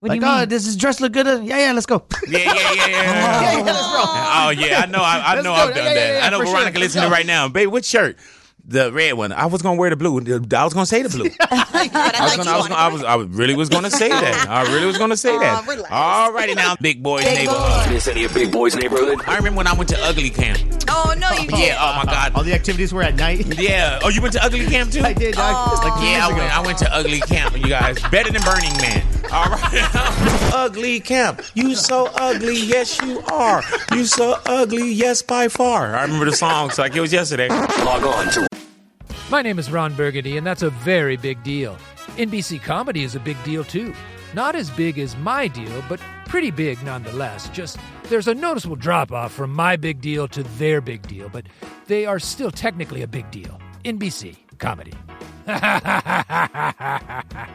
What like, do you mean? oh, does this dress look good? Uh, Yeah, yeah, let's go. Yeah, yeah, yeah, yeah. yeah, let's roll. Oh yeah, I know. I, I Let's know go. I've Yeah, done yeah, that. yeah, I know for sure. Veronica Let's listening go. right now. Babe, what shirt? The red one. I was gonna wear the blue. I was gonna say the blue. I was gonna. I was. Gonna, I was. I really was gonna say that. I really was gonna say that. All righty now, Uh, big boys neighborhood. Miss any of Big Boys Neighborhood? I remember when I went to Ugly Camp. Oh no, you did. Yeah. Oh my God. All the activities were at night. Yeah. Oh, you went to Ugly Camp too? I did. dog. Like two yeah, years I went. ago. I went to Ugly Camp. You guys better than Burning Man. All right. ugly Camp. You so ugly. Yes, you are. You so ugly. Yes, by far. I remember the song. It's like it was yesterday. Log on to. My name is Ron Burgundy, and that's a very big deal. NBC Comedy is a big deal, too. Not as big as my deal, but pretty big nonetheless. Just there's a noticeable drop off from my big deal to their big deal, but they are still technically a big deal. NBC Comedy.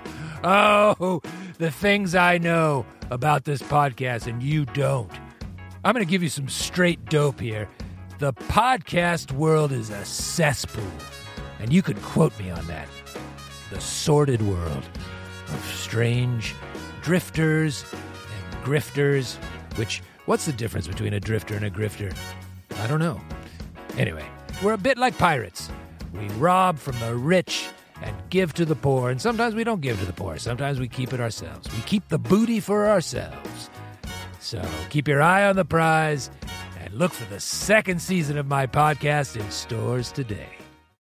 oh, the things I know about this podcast and you don't. I'm going to give you some straight dope here. The podcast world is a cesspool. And you can quote me on that. The sordid world of strange drifters and grifters, which, what's the difference between a drifter and a grifter? I don't know. Anyway, we're a bit like pirates. We rob from the rich and give to the poor, and sometimes we don't give to the poor. Sometimes we keep it ourselves. We keep the booty for ourselves. So keep your eye on the prize and look for the second season of my podcast in stores today.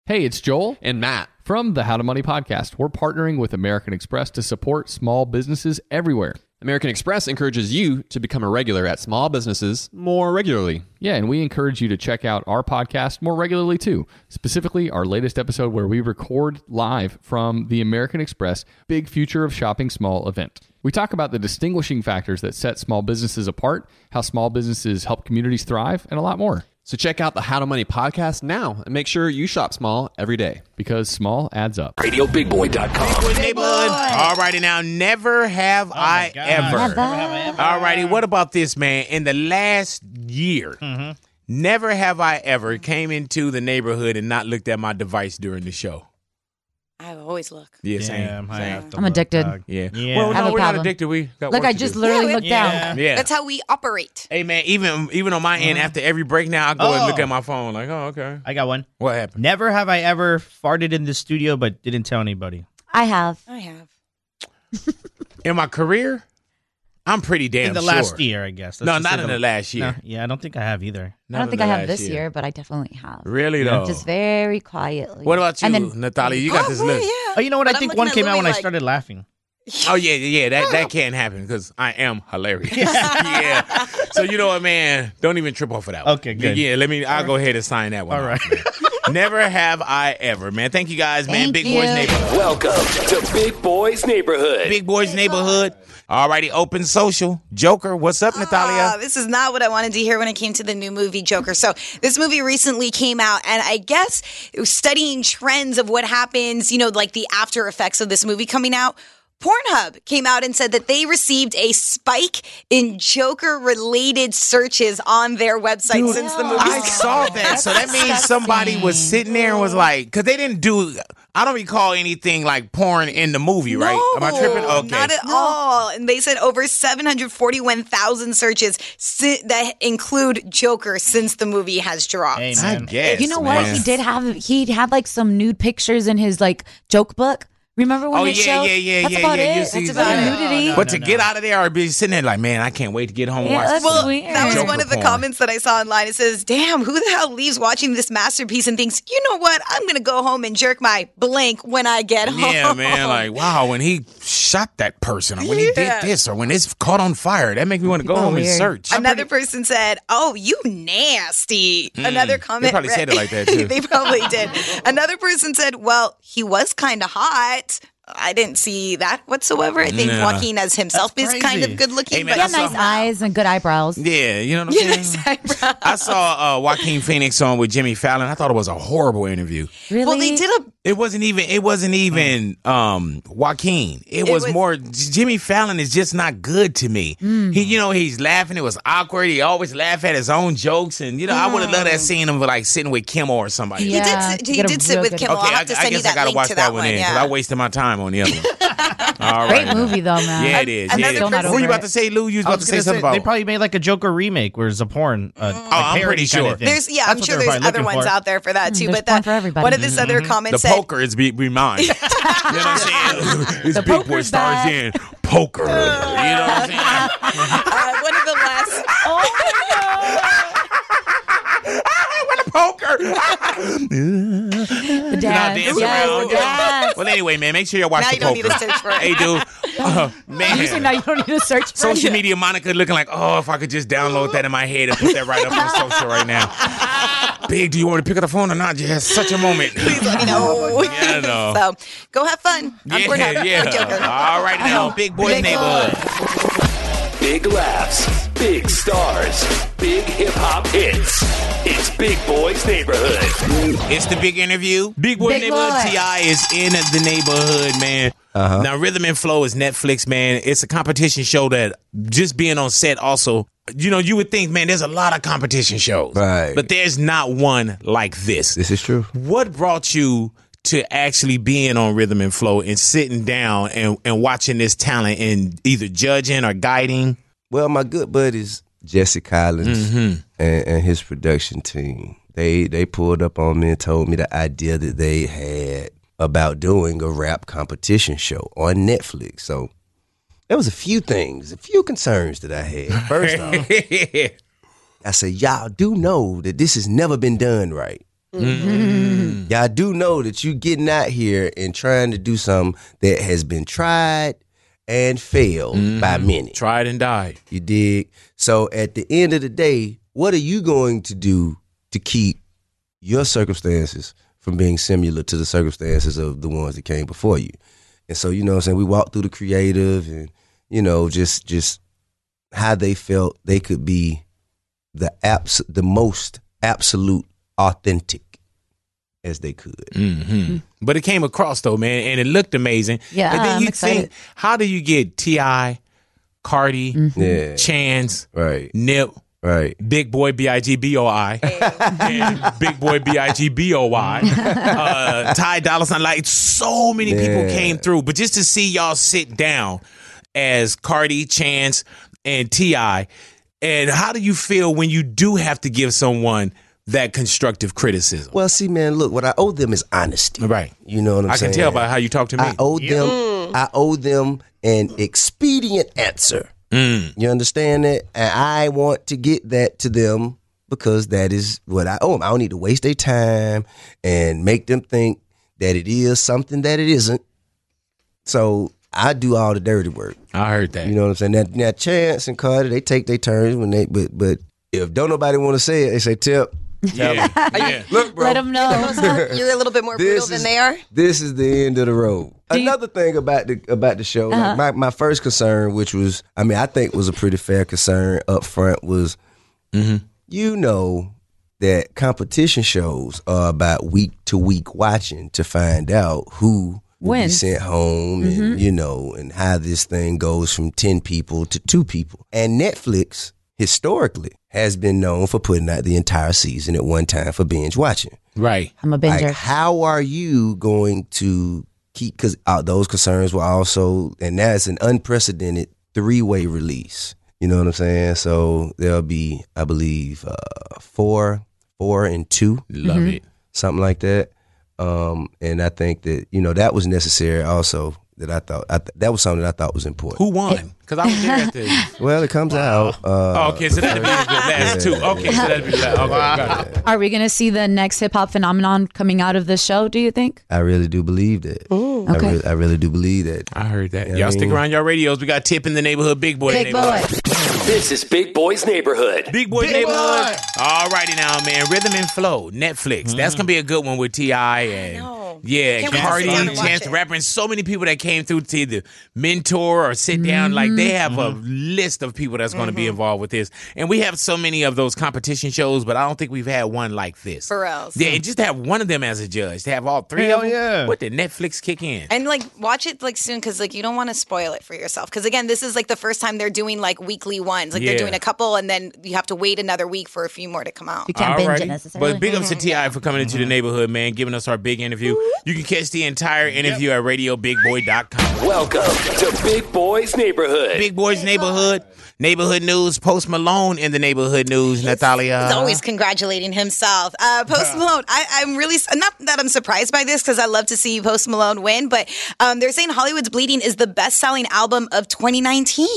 Hey, it's Joel and Matt From the How to Money podcast, we're partnering with American Express to support small businesses everywhere. American Express encourages you to become a regular at small businesses more regularly. Yeah, and we encourage you to check out our podcast more regularly too, specifically our latest episode where we record live from the American Express Big Future of Shopping Small event. We talk about the distinguishing factors that set small businesses apart, how small businesses help communities thrive, and a lot more. So check out the How to Money podcast now and make sure you shop small every day because small adds up. RadioBigBoy.com. neighborhood. All righty now, never Oh have I ever. All righty, what about this man? In the last year, Mm-hmm. never have I ever came into the neighborhood and not looked at my device during the show. I always look. Yeah, same. Damn, I same. have to I'm addicted. Yeah. Yeah. Well, I have no, a we're not problem. addicted. We got Look, work I to just do. literally looked down. Yeah. That's how we operate. Hey man, even even on my end, after every break now, I go and Uh-huh. Oh. look at my phone. Like, oh okay. I got one. What happened? Never have I ever farted in the studio, but didn't tell anybody. I have. I have. In my career, I'm pretty damn in the sure. last year, I guess. Let's no, just say not in the last year. No, yeah, I don't think I have either. I don't in think the I have last this year. year. but I definitely have. Really though. Just very quietly. What about you, And then Natalia? You got this list. Oh, you know what? But I I'm think looking one at came out Louis when I like- started laughing. Oh yeah, yeah, yeah, that that can't happen because I am hilarious. yeah. So you know what, man? Don't even trip off of that one. Okay, good. Yeah, let me. I'll go ahead and sign that one. All right. Never have I ever, man. Thank you guys, man. Thank Big you. boys neighborhood. Welcome to Big Boys Neighborhood. Big boys neighborhood. Alrighty, open social. Joker, what's up, Natalia? Uh, this is not what I wanted to hear when it came to the new movie Joker. So this movie recently came out, and I guess it was studying trends of what happens, you know, like the after effects of this movie coming out. Pornhub came out and said that they received a spike in Joker related searches on their website since the movie. I saw that. So that means somebody was sitting there and was like, because they didn't do. I don't recall anything like porn in the movie, right? Am I tripping? No, Okay. Not at all. And they said over 741,000 searches si- that include Joker since the movie has dropped. I guess. you know man. what? He did have he had like some nude pictures in his like joke book. Remember when Oh it yeah, showed? yeah, yeah, That's yeah, about yeah. it. You see, That's about yeah. nudity. but to get out of there or be sitting there like, man, I can't wait to get home. and Yeah, watch that's this weird. That was Joker one of the porn. comments that I saw online. It says, Damn, who the hell leaves watching this masterpiece and thinks, you know what? I'm going to go home and jerk my blank when I get home. Yeah, man. Like, wow, when he shot that person, or when he did Yeah. this, or when it's caught on fire, that makes me want to go Oh, People are home and weird. search. Another person said, "Oh, you nasty." Mm. Another They comment. probably said it like that, too. they probably did. Another person said, "Well, he was kind of hot." I didn't see that whatsoever. I think Nah. Joaquin as himself is kind of good looking. Hey, He man, I had saw- nice eyes and good eyebrows. Yeah, you know what I'm saying. I saw uh, Joaquin Phoenix on with Jimmy Fallon. I thought it was a horrible interview. Really? Well, they did a It wasn't even. It wasn't even um, Joaquin. It, It was, was- more. Jimmy Fallon is just not good to me. Mm. He, you know, he's laughing. It was awkward. He always laugh at his own jokes, and you know, I would have loved Mm. that seeing him like sitting with Kimmel or somebody. He did. He get a did sit real with good- Kimmel. I'll have to I, send I you guess I that gotta link watch to that, one in because yeah. I wasted my time on the other one. All right, Great movie though, man. Yeah, it is. Yeah, I'm it is. still not What were over you about it. to say, Lou? You was I about was to gonna say something they about probably made like a Joker remake where it's a porn. Uh, oh, I'm pretty sure. There's yeah, I'm sure there's other ones out there for that Mm, too. there's but porn that for everybody. one of this Mm-hmm. other comment the said, poker is be, be mine. you know what I'm saying? It's big boy poker's stars back. in poker. You know what I'm saying? uh, one of the last. Oh, poker. The dance. Not dancing Yes, around. the dance. Well, anyway, man, make sure you watch Now the you don't poker. need to search for it. Hey, dude, uh, man. You say now you don't need to search for Social it. media Monica looking like, oh, if I could just download that in my head and put that right up on social right now. Big, do you want to pick up the phone or not? You had such a moment. Please let me know. Yeah, I know. so go have fun. I'm Pornhub. Oh. yeah, yeah. We're Joker. All right now, Big Boy Big Neighborhood. Big laughs, big stars, big hip hop hits. It's Big Boys Neighborhood. It's the big interview. Big Boy Big Neighborhood Boy. T.I. is in the neighborhood, man. Uh-huh. Now, Rhythm and Flow is Netflix, man. It's a competition show that just being on set also, you know, you would think, man, there's a lot of competition shows. Right. But there's not one like this. This is true. What brought you to actually being on Rhythm and Flow and sitting down and, and watching this talent and either judging or guiding? Well, my good buddies Jesse Collins Mhm. and, and his production team, they they pulled up on me and told me the idea that they had about doing a rap competition show on Netflix. So there was a few things, a few concerns that I had. First off, I said, y'all do know that this has never been done right. Mm-hmm. Y'all do know that you getting out here and trying to do something that has been tried and failed by many. Mm-hmm. Tried and died. You dig? So at the end of the day, what are you going to do to keep your circumstances from being similar to the circumstances of the ones that came before you? And so, you know what I'm saying? We walked through the creative and, you know, just just how they felt they could be the abs- the most absolute authentic as they could. hmm But it came across though, man, and it looked amazing. Yeah, and I'm then you excited. think, how do you get Ti, Cardi, Yeah. Chance, right, Nip, right, Big Boy B I G B O I, and Big Boy B I G B O I, uh, Ty Dolla Sign. Like so many people Yeah. came through, but just to see y'all sit down as Cardi, Chance, and Ti, and how do you feel when you do have to give someone that constructive criticism? Well, see, man, look, what I owe them is honesty. Right. You know what I'm I saying? can tell by how you talk to me. I owe them. I owe them an expedient answer. Mm. You understand that? And I want to get that to them because that is what I owe them. I don't need to waste their time and make them think that it is something that it isn't. So I do all the dirty work. I heard that. You know what I'm saying? Now, now Chance and Carter, they take their turns when they, but but if don't nobody want to say it, they say tip. Yeah. Look, bro. Let them know. You're a little bit more brutal This than is- they are. This is the end of the road. Another thing about the about the show, like, Uh-huh. my my first concern, which was, I mean, I think was a pretty fair concern up front, was you know that competition shows are about week to week watching to find out who will be Wins. sent home and you know and how this thing goes from ten people to two people. And Netflix historically has been known for putting out the entire season at one time for binge watching. Right. I'm a binger. Like, how are you going to keep? Because uh, those concerns were also, and that's an unprecedented three way release. You know what I'm saying? So there'll be, I believe, uh, four, four and two. Love Mhm. it. Something like that. Um, and I think that you know that was necessary. Also, that I thought I th- that was something that I thought was important. Who won? Because I was there at the. Well, it comes out. Uh, Oh, okay, so that'd be the last two. Okay, so that'd be the last. Okay, got it. Are we going to see the next hip hop phenomenon coming out of this show, do you think? I really do believe that. I, Okay. really, I really do believe that. I heard that. I Y'all mean- stick around y'all radios. We got Tip in the neighborhood, Big Boy. in the neighborhood. This is Big Boy's Neighborhood. Big Boy Neighborhood. All righty now, man. Rhythm and Flow, Netflix. That's gonna be a good one with Ti and yeah, Can't wait to Cardi, sit down and watch Chance the Rapper, and so many people that came through to either mentor or sit down. Like Mm-hmm. they have a list of people that's gonna be involved with this, and we have so many of those competition shows, but I don't think we've had one like this. Pharrell's. Yeah, and just to have one of them as a judge. To have all three Hell of them. yeah. What did Netflix kick in? And like watch it like soon because like you don't want to spoil it for yourself because again this is like the first time they're doing like weekly ones like Yeah. they're doing a couple and then you have to wait another week for a few more to come out. Alrighty. But big Mm-hmm. ups to Ti for coming into the neighborhood, man, giving us our big interview. You can catch the entire interview at RadioBigBoy.com. Welcome to Big Boy's Neighborhood. Big Boys Neighborhood, Neighborhood News, Post Malone in the Neighborhood News, Natalia. He's always congratulating himself. Uh, Post Malone, I, I'm really not that I'm surprised by this because I love to see Post Malone win, but um, they're saying Hollywood's Bleeding is the best-selling album of 2019.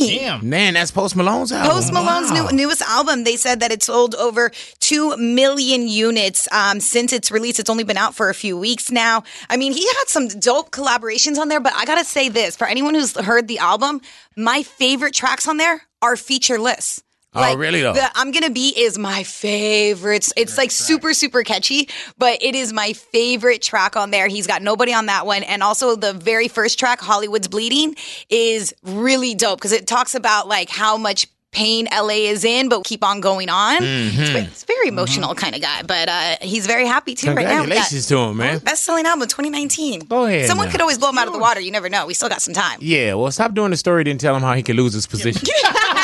Man, that's Post Malone's album. Post Malone's Wow. new, newest album, they said that it sold over 2 million units um, since its release. It's only been out for a few weeks now. I mean, he had some dope collaborations on there, but I got to say this for anyone who's heard the album, my favorite tracks on there are featureless. Oh, really, though? The I'm Gonna Be is my favorite. It's- It's like super, super catchy, but it is my favorite track on there. He's got nobody on that one. And also, the very first track, Hollywood's Bleeding, is really dope because it talks about like how much pain LA is in, but keep on going on. It's Mhm. ve- It's, very emotional kind of guy, but uh, he's very happy too right now. with that. Congratulations to him, man. Best selling album 2019. Go ahead Someone now. could always blow him out of the water. You never know. We still got some time. Yeah, well, stop doing the story, then tell him how he could lose his position.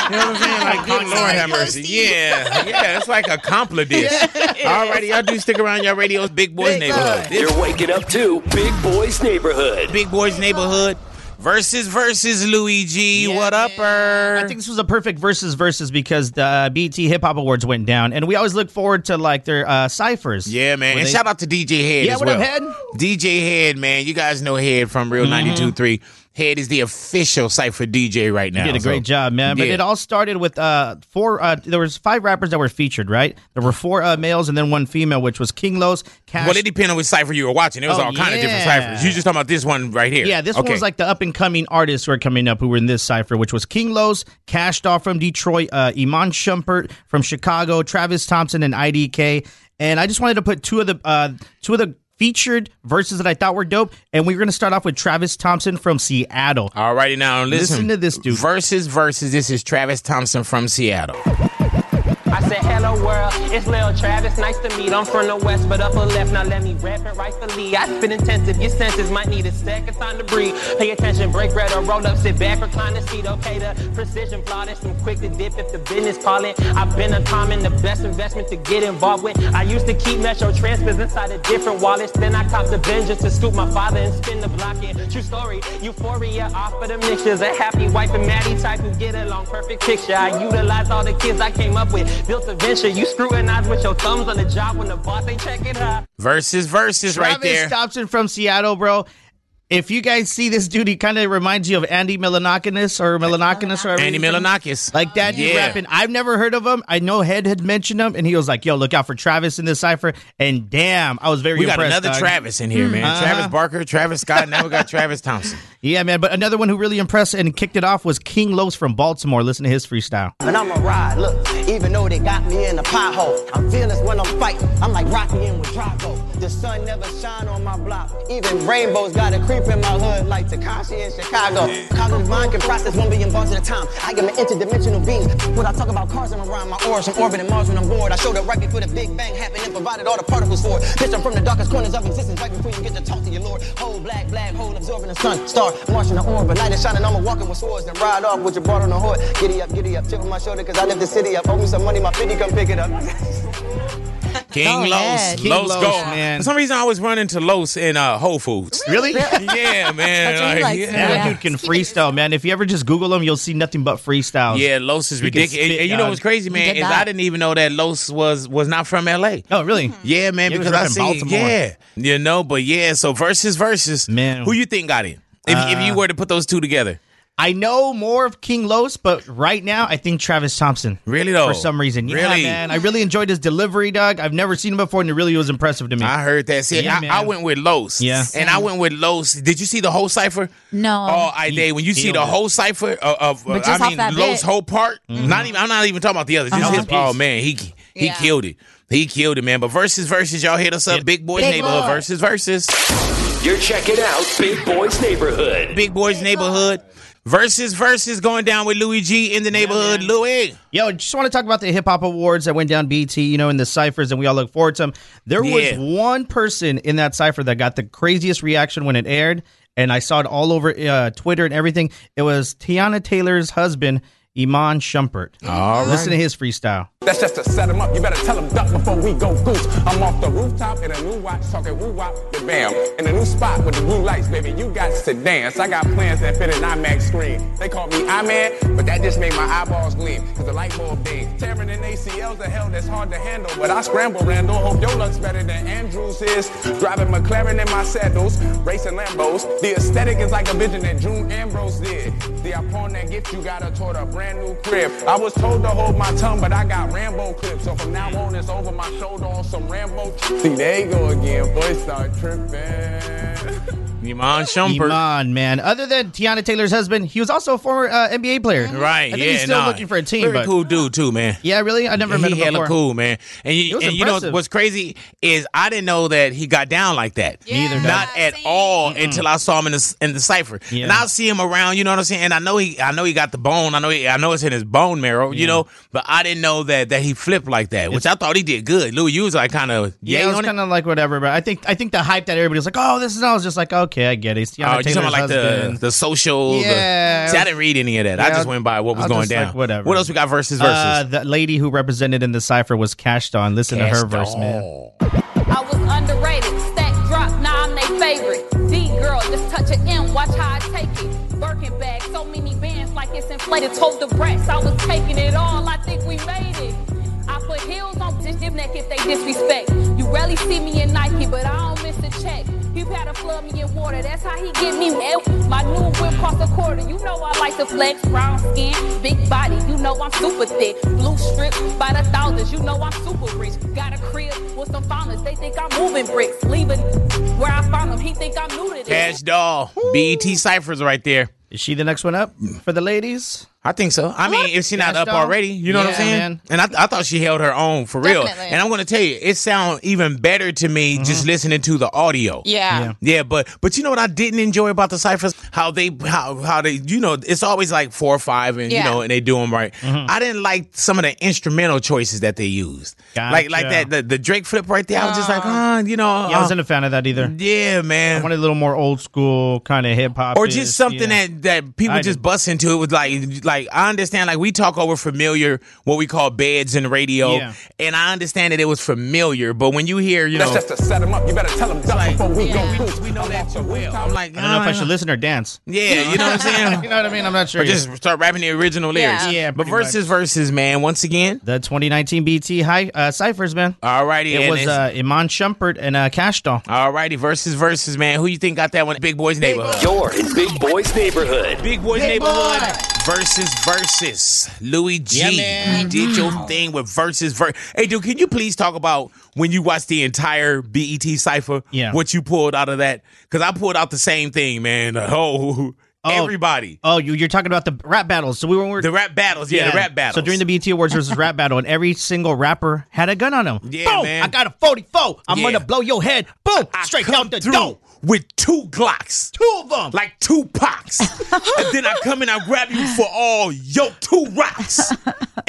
You know what I'm saying? Like, good Lord have mercy. Yeah, yeah, it's like a compla dish. Alrighty, y'all do stick around y'all radios, Big Boys Neighborhood. You're waking up to Big Boy's Neighborhood. Big Boys Neighborhood versus versus Luigi. What up, er? I think this was a perfect versus versus because the BT Hip Hop Awards went down, and we always look forward to like their uh, ciphers. Yeah, man. Where and they- shout out to DJ Head Yeah, as what well. up, Head? Mm-hmm. DJ Head, man. You guys know Head from Real 92.3. Head is the official site for DJ right now. You did a great so- job, Uh, man. But Yeah. it all started with uh four. Uh, there was five rappers that were featured, right? There were four uh, males and then one female, which was King Los, Cash. Well, it depends on which cipher you were watching. It was Oh, all kind of different yeah. ciphers. You just talking about this one right here. Yeah, this okay. one was like the up and coming artists who are coming up who were in this cipher, which was King Los, Cash Doll from Detroit, uh, Iman Shumpert from Chicago, Travis Thompson, and IDK. And I just wanted to put two of the uh, two of the featured verses that I thought were dope. And we were going to start off with Travis Thompson from Seattle. All righty now, listen. Listen to this dude. Versus, versus. This is Travis Thompson from Seattle. I said, hello world, it's Lil Travis, nice to meet. I'm from the west, but upper left, now let me rap and rightfully. I spit intensive, your senses might need a second time to breathe. Pay attention, break bread or roll up, sit back, recline the seat, okay? The precision flawless, I'm quick to dip if the business calling. I've been uncommon, the best investment to get involved with. I used to keep metro transfers inside of different wallets, then I copped the vengeance to scoop my father and spin the block in. True story, euphoria off of the mixtures, a happy wife and Maddie type who get along perfect picture. I utilize all the kids I came up with, built a venture. You scrutinize with your thumbs on the job when the boss ain't checking her. Versus, versus right Travis there. Thompson from Seattle, bro. If you guys see this dude, he kind of reminds you of Andy Milanakis or Milanakis or Andy everything. Milanakis. Like that dude Yeah. rapping. I've never heard of him. I know Head had mentioned him, and he was like, "Yo, look out for Travis in this cipher." And damn, I was very. We got impressed, another dog. Travis in here, man. Uh-huh. Travis Barker, Travis Scott. Now we got Travis Thompson. Yeah, man. But another one who really impressed and kicked it off was King Los from Baltimore. Listen to his freestyle. And I'ma ride, look, even though they got me in a pothole. I'm fearless when I'm fighting, I'm like Rocky in with Drago. The sun never shine on my block, even rainbows gotta creep in my hood like Takashi in Chicago. Cognitive mind can process one billion bars at a time. I am an interdimensional being. When I talk about cars, I'm around my orbs, I'm orbiting Mars when I'm bored. I showed up right before the Big Bang happened and provided all the particles for it. Bitch, I'm from the darkest corners of existence right before you get to talk to your lord. Whole black, black hole absorbing the sun, star, marching the orb, but light is shining, I'ma walking with swords and ride off with your brought on the horse. Giddy up, giddy up, tip of my shoulder, cause I lift the city up. Owe me some money, my 50 come pick it up. King Go Los. ahead. King Los Los, go. man. For some reason, I always run into Los in uh, Whole Foods. Really? yeah, man. Like, That dude can freestyle, man. If you ever just Google him, you'll see nothing but freestyles. Yeah, Los is He can ridiculous. And- spit, and you know dog. what's crazy, He man, did is I that. didn't even know that Los was was not from LA. Oh, Hmm. really? Yeah, man, He was because I repping see Baltimore. yeah. You know, but yeah, so versus versus. Man. Who you think got it? If, if you Uh, were to put those two together. I know more of King Los, but right now I think Travis Thompson. Really though? For some reason, yeah, Really? man. I really enjoyed his delivery, Doug. I've never seen him before, and it really was impressive to me. I heard that. See, yeah, I, I man. went with Los. Yeah. And I went with Los. Did you see the whole cipher? No. Oh, I did. When you see the killed it. whole cipher of, of uh, But just I off mean, that bit. Los whole part. Mm-hmm. Not even. I'm not even talking about the others. Just Uh-huh. his, oh man, he he Yeah. killed it. He killed it, man. But versus versus, y'all hit us up. Big boys Big neighborhood boy. versus versus. You're checking out Big Boy's Neighborhood. Big boys neighborhood versus versus going down with Louis G in the neighborhood. Louis. Yo, just want to talk about the hip hop awards that went down BT, you know, in the ciphers, and we all look forward to them. There Yeah. was one person in that cipher that got the craziest reaction when it aired, and I saw it all over uh, Twitter and everything. It was Tiana Taylor's husband, Iman Shumpert. All right. Listen to his freestyle. That's just to set him up. You better tell him duck before we go goose. I'm off the rooftop in a new watch, talking woo wop, the bam. In a new spot with the blue lights, baby, you got to dance. I got plans that fit an IMAX screen. They call me I-Man, but that just made my eyeballs gleam. Cause the light bulb ding. Tearing in ACL's the hell that's hard to handle. But I scramble, Randall. Hope your luck's better than Andrew's is. Driving McLaren in my saddles, racing Lambos. The aesthetic is like a vision that June Ambrose did. The iconic gift you got her toward a brand new crib. I was told to hold my tongue, but I got Rambo clips. So from now on, it's over my shoulder on some Rambo. See, there you go again. Boys start tripping. Iman Shumpert. Iman, man. Other than Tiana Taylor's husband, he was also a former uh, NBA player. Right. I think yeah. he's still nah. looking for a team. Very but cool dude too, man. Yeah, really? I never he met him hella before. cool, man. And, you, was and you know impressive. what's crazy is I didn't know that he got down like that. Neither, not at all until I saw him in the in the cipher. Yeah. And I see him around, you know what I'm saying. And I know he, I know he got the bone. I know, he, I know it's in his bone marrow, you know. But I didn't know that that he flipped like that, which I thought he did good. Louis, you e- was like kind of Yeah, yay it was on it. kind of like whatever, but I think I think the hype that everybody was like, "Oh, this is," I was just like, "Okay, I get it." It's Tiana Oh, you Taylor's talking about like husband. the the social? the- Yeah. See, I didn't read any of that. I Yeah, just went by what was I'll going just, down. like, whatever. What else we got? Versus versus. Uh, the lady who represented in the cipher was Cash Dawn. Listen to her Cash verse, Dawn. man. I was underrated. Stack drop, now I'm they favorite. D girl, just touch an M, watch how I take it. Birkin bag, so many bands like it's inflated. Told the brats I was taking it all, I think we made it. I put heels on bitches' neck if they disrespect. You rarely see me in Nike, but I don't miss a check. He powder flood me in water. That's how he get me. And my new whip cost a quarter. You know I like to flex. Brown skin, big body. You know I'm super thick. Blue strip by the thousands. You know I'm super rich. Got a crib with some founders. They think I'm moving bricks. Leaving where I found them. He think I'm new to this. Cash doll. BET ciphers right there. Is she the next one up for the ladies? I think so. I mean, if she's not Cash up doll? already, you know what I'm Yeah, saying? man. And I, I thought she held her own for real. Definitely. And I'm going to tell you, it sounds even better to me Mm-hmm. just listening to the audio. Yeah. Yeah. Yeah, but but you know what I didn't enjoy about the ciphers? How they how how they you know it's always like four or five and Yeah. you know and they do them right. Mm-hmm. I didn't like some of the instrumental choices that they used. Like like Gotcha. that the, the Drake flip right there. I was just like, Oh, huh, you know, Ah. Yeah, I uh, wasn't a fan of that either. Yeah, man. I wanted a little more old school kind of hip hop, or just something that that people I just bust into. It was like like I understand like we talk over familiar what we call beds and radio, Yeah. and I understand that it was familiar. But when you hear, you know, That's just to set them up. You better tell them duck before we go goose. We know that you will. I'm like, I don't know if I nah, should listen or dance. yeah, you know what I'm saying. you know what I mean? I'm not sure. Or just start rapping the original lyrics. Yeah, yeah but versus versus, man. Once again, the 2019 BT high uh, ciphers, man. All righty, it and was uh, it's- Iman Shumpert and uh, Cash Doll. all righty, versus versus, man. Who you think got that one? Big Boy's neighborhood. You're in Big Boy's neighborhood. Big Boy's Big Neighborhood versus versus Louis Yeah, G. man. you did your thing with versus ver. Hey, dude, can you please talk about when you watched the entire BET cipher? Yeah. what you pulled out of that? Because I pulled out the same thing, man. The whole everybody. Oh, you, you're talking about the rap battles. So we were The rap battles, yeah, the rap battles. So during the BT Awards, there was this rap battle, and every single rapper had a gun on them. Yeah, Boom! man. I got a 44. I'm Yeah. gonna blow your head. Boom! Straight out the door. with two Glocks, two of them, like two pox, and then I come and I grab you for all your two rocks,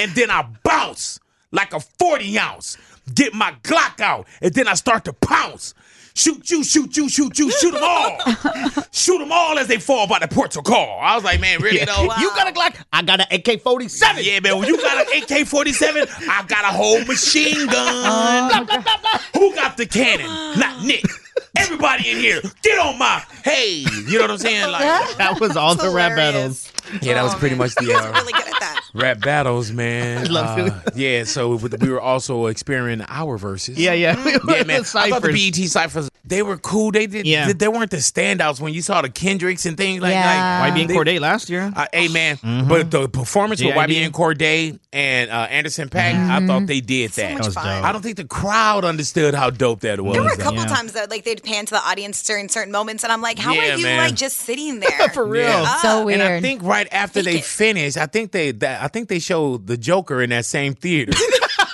and then I bounce like a forty ounce, get my Glock out, and then I start to pounce. Shoot you, shoot you, shoot you, shoot them all. shoot them all as they fall by the portico. I was like, man, really Yeah. though? You got a Glock? I got an AK-47. Yeah, man, when you got an AK-47, I got a whole machine gun. Uh, Who got the cannon? Not Nick. Everybody in here, get on my hey. You know what I'm saying? Like that was all the rap battles. Yeah, that was Oh, pretty much the uh, rap battles, man. I love Uh, yeah, so we we were also experiencing our verses. Yeah, yeah. yeah, man. I thought the Ciphers. BET ciphers they were cool. They did. Yeah. They, they weren't the standouts when you saw the Kendricks and things like. Yeah. like YB and they- Cordae last year. Mm-hmm. Uh, hey man, but the performance with GID. YB and Corday and uh, Anderson Pack, I thought they did that. much That was fun. dope. I don't think the crowd understood how dope that was. uh, There were a couple times that like they'd pan to the audience during certain moments, and I'm like, how Yeah, are you man. like just sitting there? For Ah. And I think right after they finished, I think they that, I think they showed the Joker in that same theater.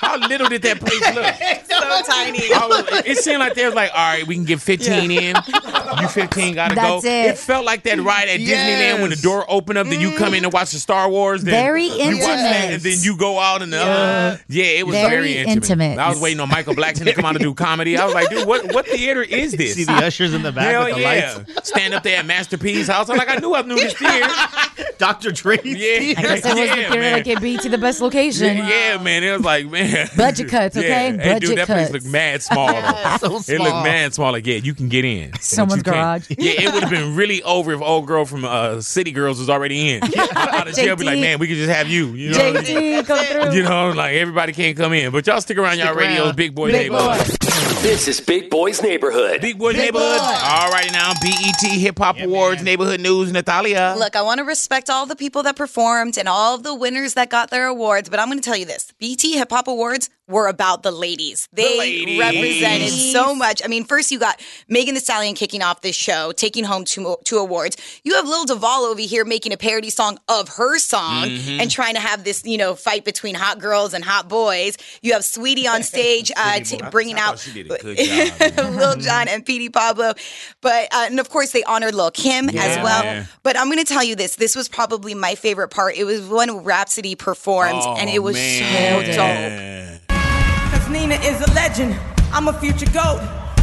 How little did that place look? so tiny. I was- it seemed like they was like, all right, we can get 15 in. You 15 gotta That's go. it. felt like that ride at Disneyland when the door opened up, then you come in and watch the Star Wars. Then Very you watch that, intimate. and then you go out and the, Yeah. yeah. yeah, it was Very very, intimate. intimate. I was waiting on Michael Blackson to come out and do comedy. I was like, dude, what what theater is this? See the ushers in the back Hell with the yeah. Stand up there at Master P's house. I'm like, I knew I knew this theater. lights. Dr. Dre. Yeah. I guess that was the Yeah, period man. like it be to the best location. Yeah, yeah, man. It was like, man. Budget cuts, okay? Yeah. Hey, dude, Budget that place cuts. looked mad small. So It small. looked mad small. Like, yeah, you can get in. but you Someone's can't. garage. Yeah, it would have been really over if old girl from uh, City Girls was already in. Out of jail, be like, JT. man, we could just have you. You know, what I mean? JT, go through. you know, like everybody can't come in, but y'all stick around y'all Stick radios, around. big boy Big neighborhood. This is Big Boy's neighborhood. Big boy neighborhood. Ah. All right now, BET Hip Hop Awards, neighborhood news, Natalia. Uh, Look, I want to respect all the people that performed and all of the winners that got their awards, but I'm going to tell you this BT Hip Hop Awards were about the ladies. They ladies. represented so much. I mean, first you got Megan the Stallion kicking off this show, taking home two, two awards. You have Lil Duval over here making a parody song of her song Mm-hmm. Mhm. and trying to have this, you know, fight between hot girls and hot boys. You have Sweetie on stage uh, Pretty t- boy. I- bringing I thought out Oh, she did a good job. Lil Jon and Petey Pablo. But uh, and of course they honored Lil Kim as Yeah, well. man. But I'm going to tell you this. This was probably my favorite part. It was when Rhapsody performed, Oh, and it was so dope. Cause Nina is a legend. I'm a future goat.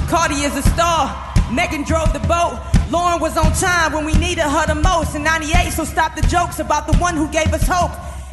Cardi is a star. Megan drove the boat. Lauren was on time when we needed her the most in 98. So stop the jokes about the one who gave us hope.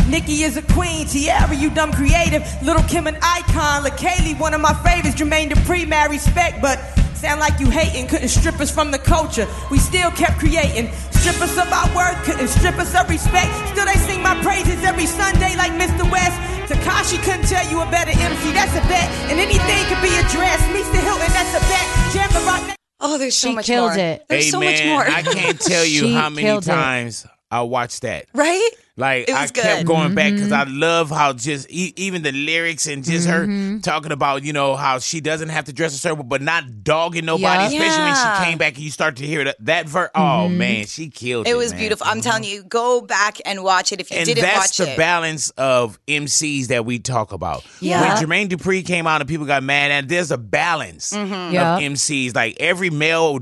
Nikki is a queen. Tiara, you dumb creative. Little Kim an icon. LaKaylee, one of my favorites. Jermaine Dupri, mad respect, but sound like you hating. Couldn't strip us from the culture. We still kept creating. Strip us of our worth. Couldn't strip us of respect. Still they sing my praises every Sunday like Mr. West. Takashi couldn't tell you a better MC, that's a bet. And anything could be addressed. Lisa Hilton, that's a bet. Jam about Oh, there's so She much killed more. it. There's Hey, so much man, more. I I can't tell you She how many killed it. times I watched that. Right? Like It I was kept good. going back because I Mm-hmm. love how just e- even the lyrics and just her talking about you know how she doesn't have to dress a certain way, but not dogging nobody, Yeah. especially when Yeah. she came back and you start to hear that, that ver- Oh Mm-hmm. man, she killed it. It was man. beautiful. I'm telling you, go back and watch it if you And didn't that's watch the it. balance of MCs that we talk about. Yeah. When Jermaine Dupri came out and people got mad at, there's a balance Mhm. of Yeah. MCs. Like every male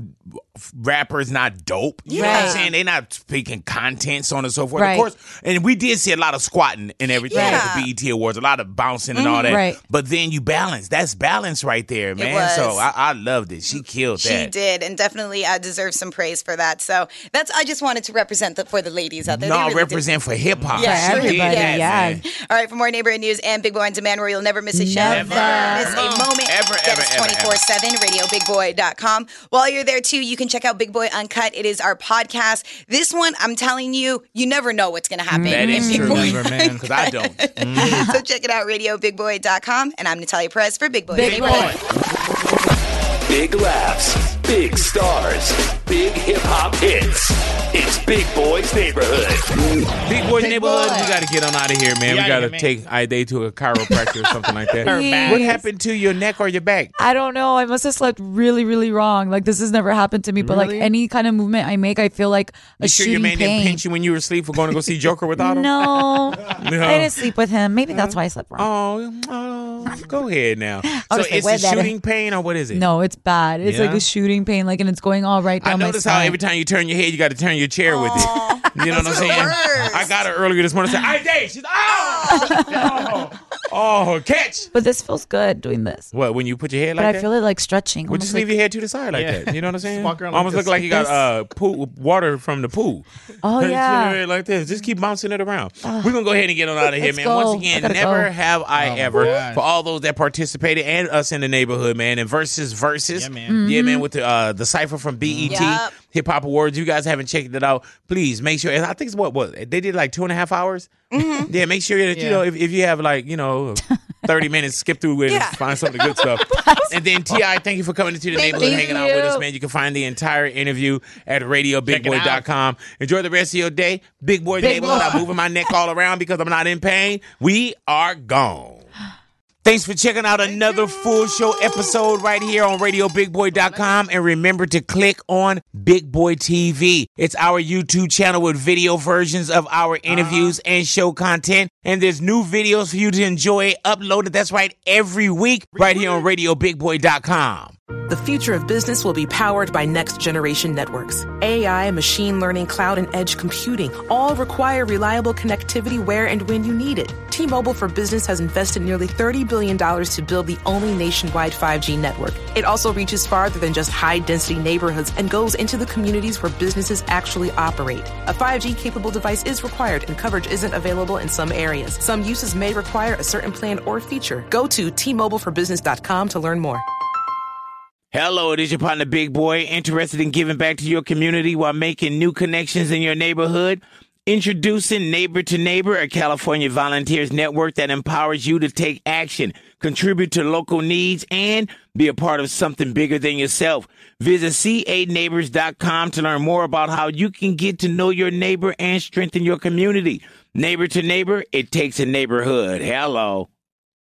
rapper is not dope. You know what I'm Yeah. saying? They're not speaking content, so on and so forth. Of Right. course, and we did see a lot of squatting and everything at the BET Awards, a lot of bouncing and all Mhm. that. Right. But then you balance. That's balance right there, man. So was. I, I loved it. She killed She that. did, and definitely uh, deserves some praise for that. So that's I just wanted to represent the, for the ladies out there. They No, really did. represent for hip hop. Yeah, She did everybody, that, yeah. man. All right, for more neighborhood news and Big Boy on Demand, where you'll never miss a show, Never. miss a moment. Ever, ever, ever, ever. 24 7, radiobigboy.com. While you're there, too, you can check out Big Boy Uncut. It is our podcast. This one, I'm telling you, you never know what's going to happen. That in is Big true, Boy. man. Because I don't. so check it out, radiobigboy.com. And I'm Natalia Perez for Big Boy. Big Boy. Big laughs, big stars, big hip hop hits. It's Big Boy's Neighborhood. Big boy neighborhood, we gotta get on out of here, man. We We outta gotta here, man. take Ida to a chiropractor or something like that. Her back. What happened to your neck or your back? I don't know. I must have slept really, really wrong. Like this has never happened to me. But like Really? any kind of movement I make, I feel like a You sure your shooting man pain. didn't pinch you when you were asleep for going to go see Joker without him? No, No. I didn't sleep with him. Maybe that's why I slept wrong. Oh, oh, go ahead now. So was like, it's wait a a minute. shooting pain or what is it? No, it's bad. It's like Yeah? a shooting pain, like, and it's going all right down I my notice how spine. every time you turn your head, you got to turn your chair with it. You know what I'm saying? I got her earlier this morning. Said, I date. She's ah!" oh, oh, oh, catch. But this feels good doing this. What when you put your head but like I that? feel it like stretching. Well, just almost leave like- your head to the side like Yeah. that. You know what I'm saying? walk around like Almost this. look like you got This. uh pool water from the pool. Oh, Just leave yeah. your head like this. Just keep bouncing it around. We're gonna go ahead and get on out of here, Let's man. go. Once I again, gotta never go. have I Oh, my ever gosh. for all those that participated and us in the neighborhood, man. And versus versus, yeah, man. Yeah, Mm-hmm. man. With the uh, the cipher from BET Yup. Hip Hop Awards. You guys haven't checked it out. Please make sure. and I think it's what what they did like two and a half hours. Mm-hmm. Yeah, make sure that you know if, if you have like you know. 30 minutes, skip through it and find some of the good stuff. and then T.I., thank you for coming into the Thank neighborhood, hanging out with us, you. man. You can find the entire interview at radiobigboy.com. out. Enjoy the rest of your day. Big Boy Big Neighborhood. boy. I'm moving my neck all around because I'm not in pain. We are gone. Thanks for checking out another full show episode right here on RadioBigBoy.com. And remember to click on Big Boy TV. It's our YouTube channel with video versions of our Uh-huh. interviews and show content. And there's new videos for you to enjoy uploaded. That's right, every week right here on RadioBigBoy.com. The future of business will be powered by next generation networks. AI, machine learning, cloud, and edge computing all require reliable connectivity where and when you need it. T Mobile for Business has invested nearly $30 billion to build the only nationwide 5G network. It also reaches farther than just high density neighborhoods and goes into the communities where businesses actually operate. A 5G capable device is required and coverage isn't available in some areas. Some uses may require a certain plan or feature. Go to T-MobileForBusiness.com to learn more. Hello, it is your partner, Big Boy, interested in giving back to your community while making new connections in your neighborhood. Introducing Neighbor to Neighbor, a California volunteers network that empowers you to take action, contribute to local needs, and be a part of something bigger than yourself. Visit ca-neighbors.com to learn more about how you can get to know your neighbor and strengthen your community. Neighbor to Neighbor, it takes a neighborhood. Hello.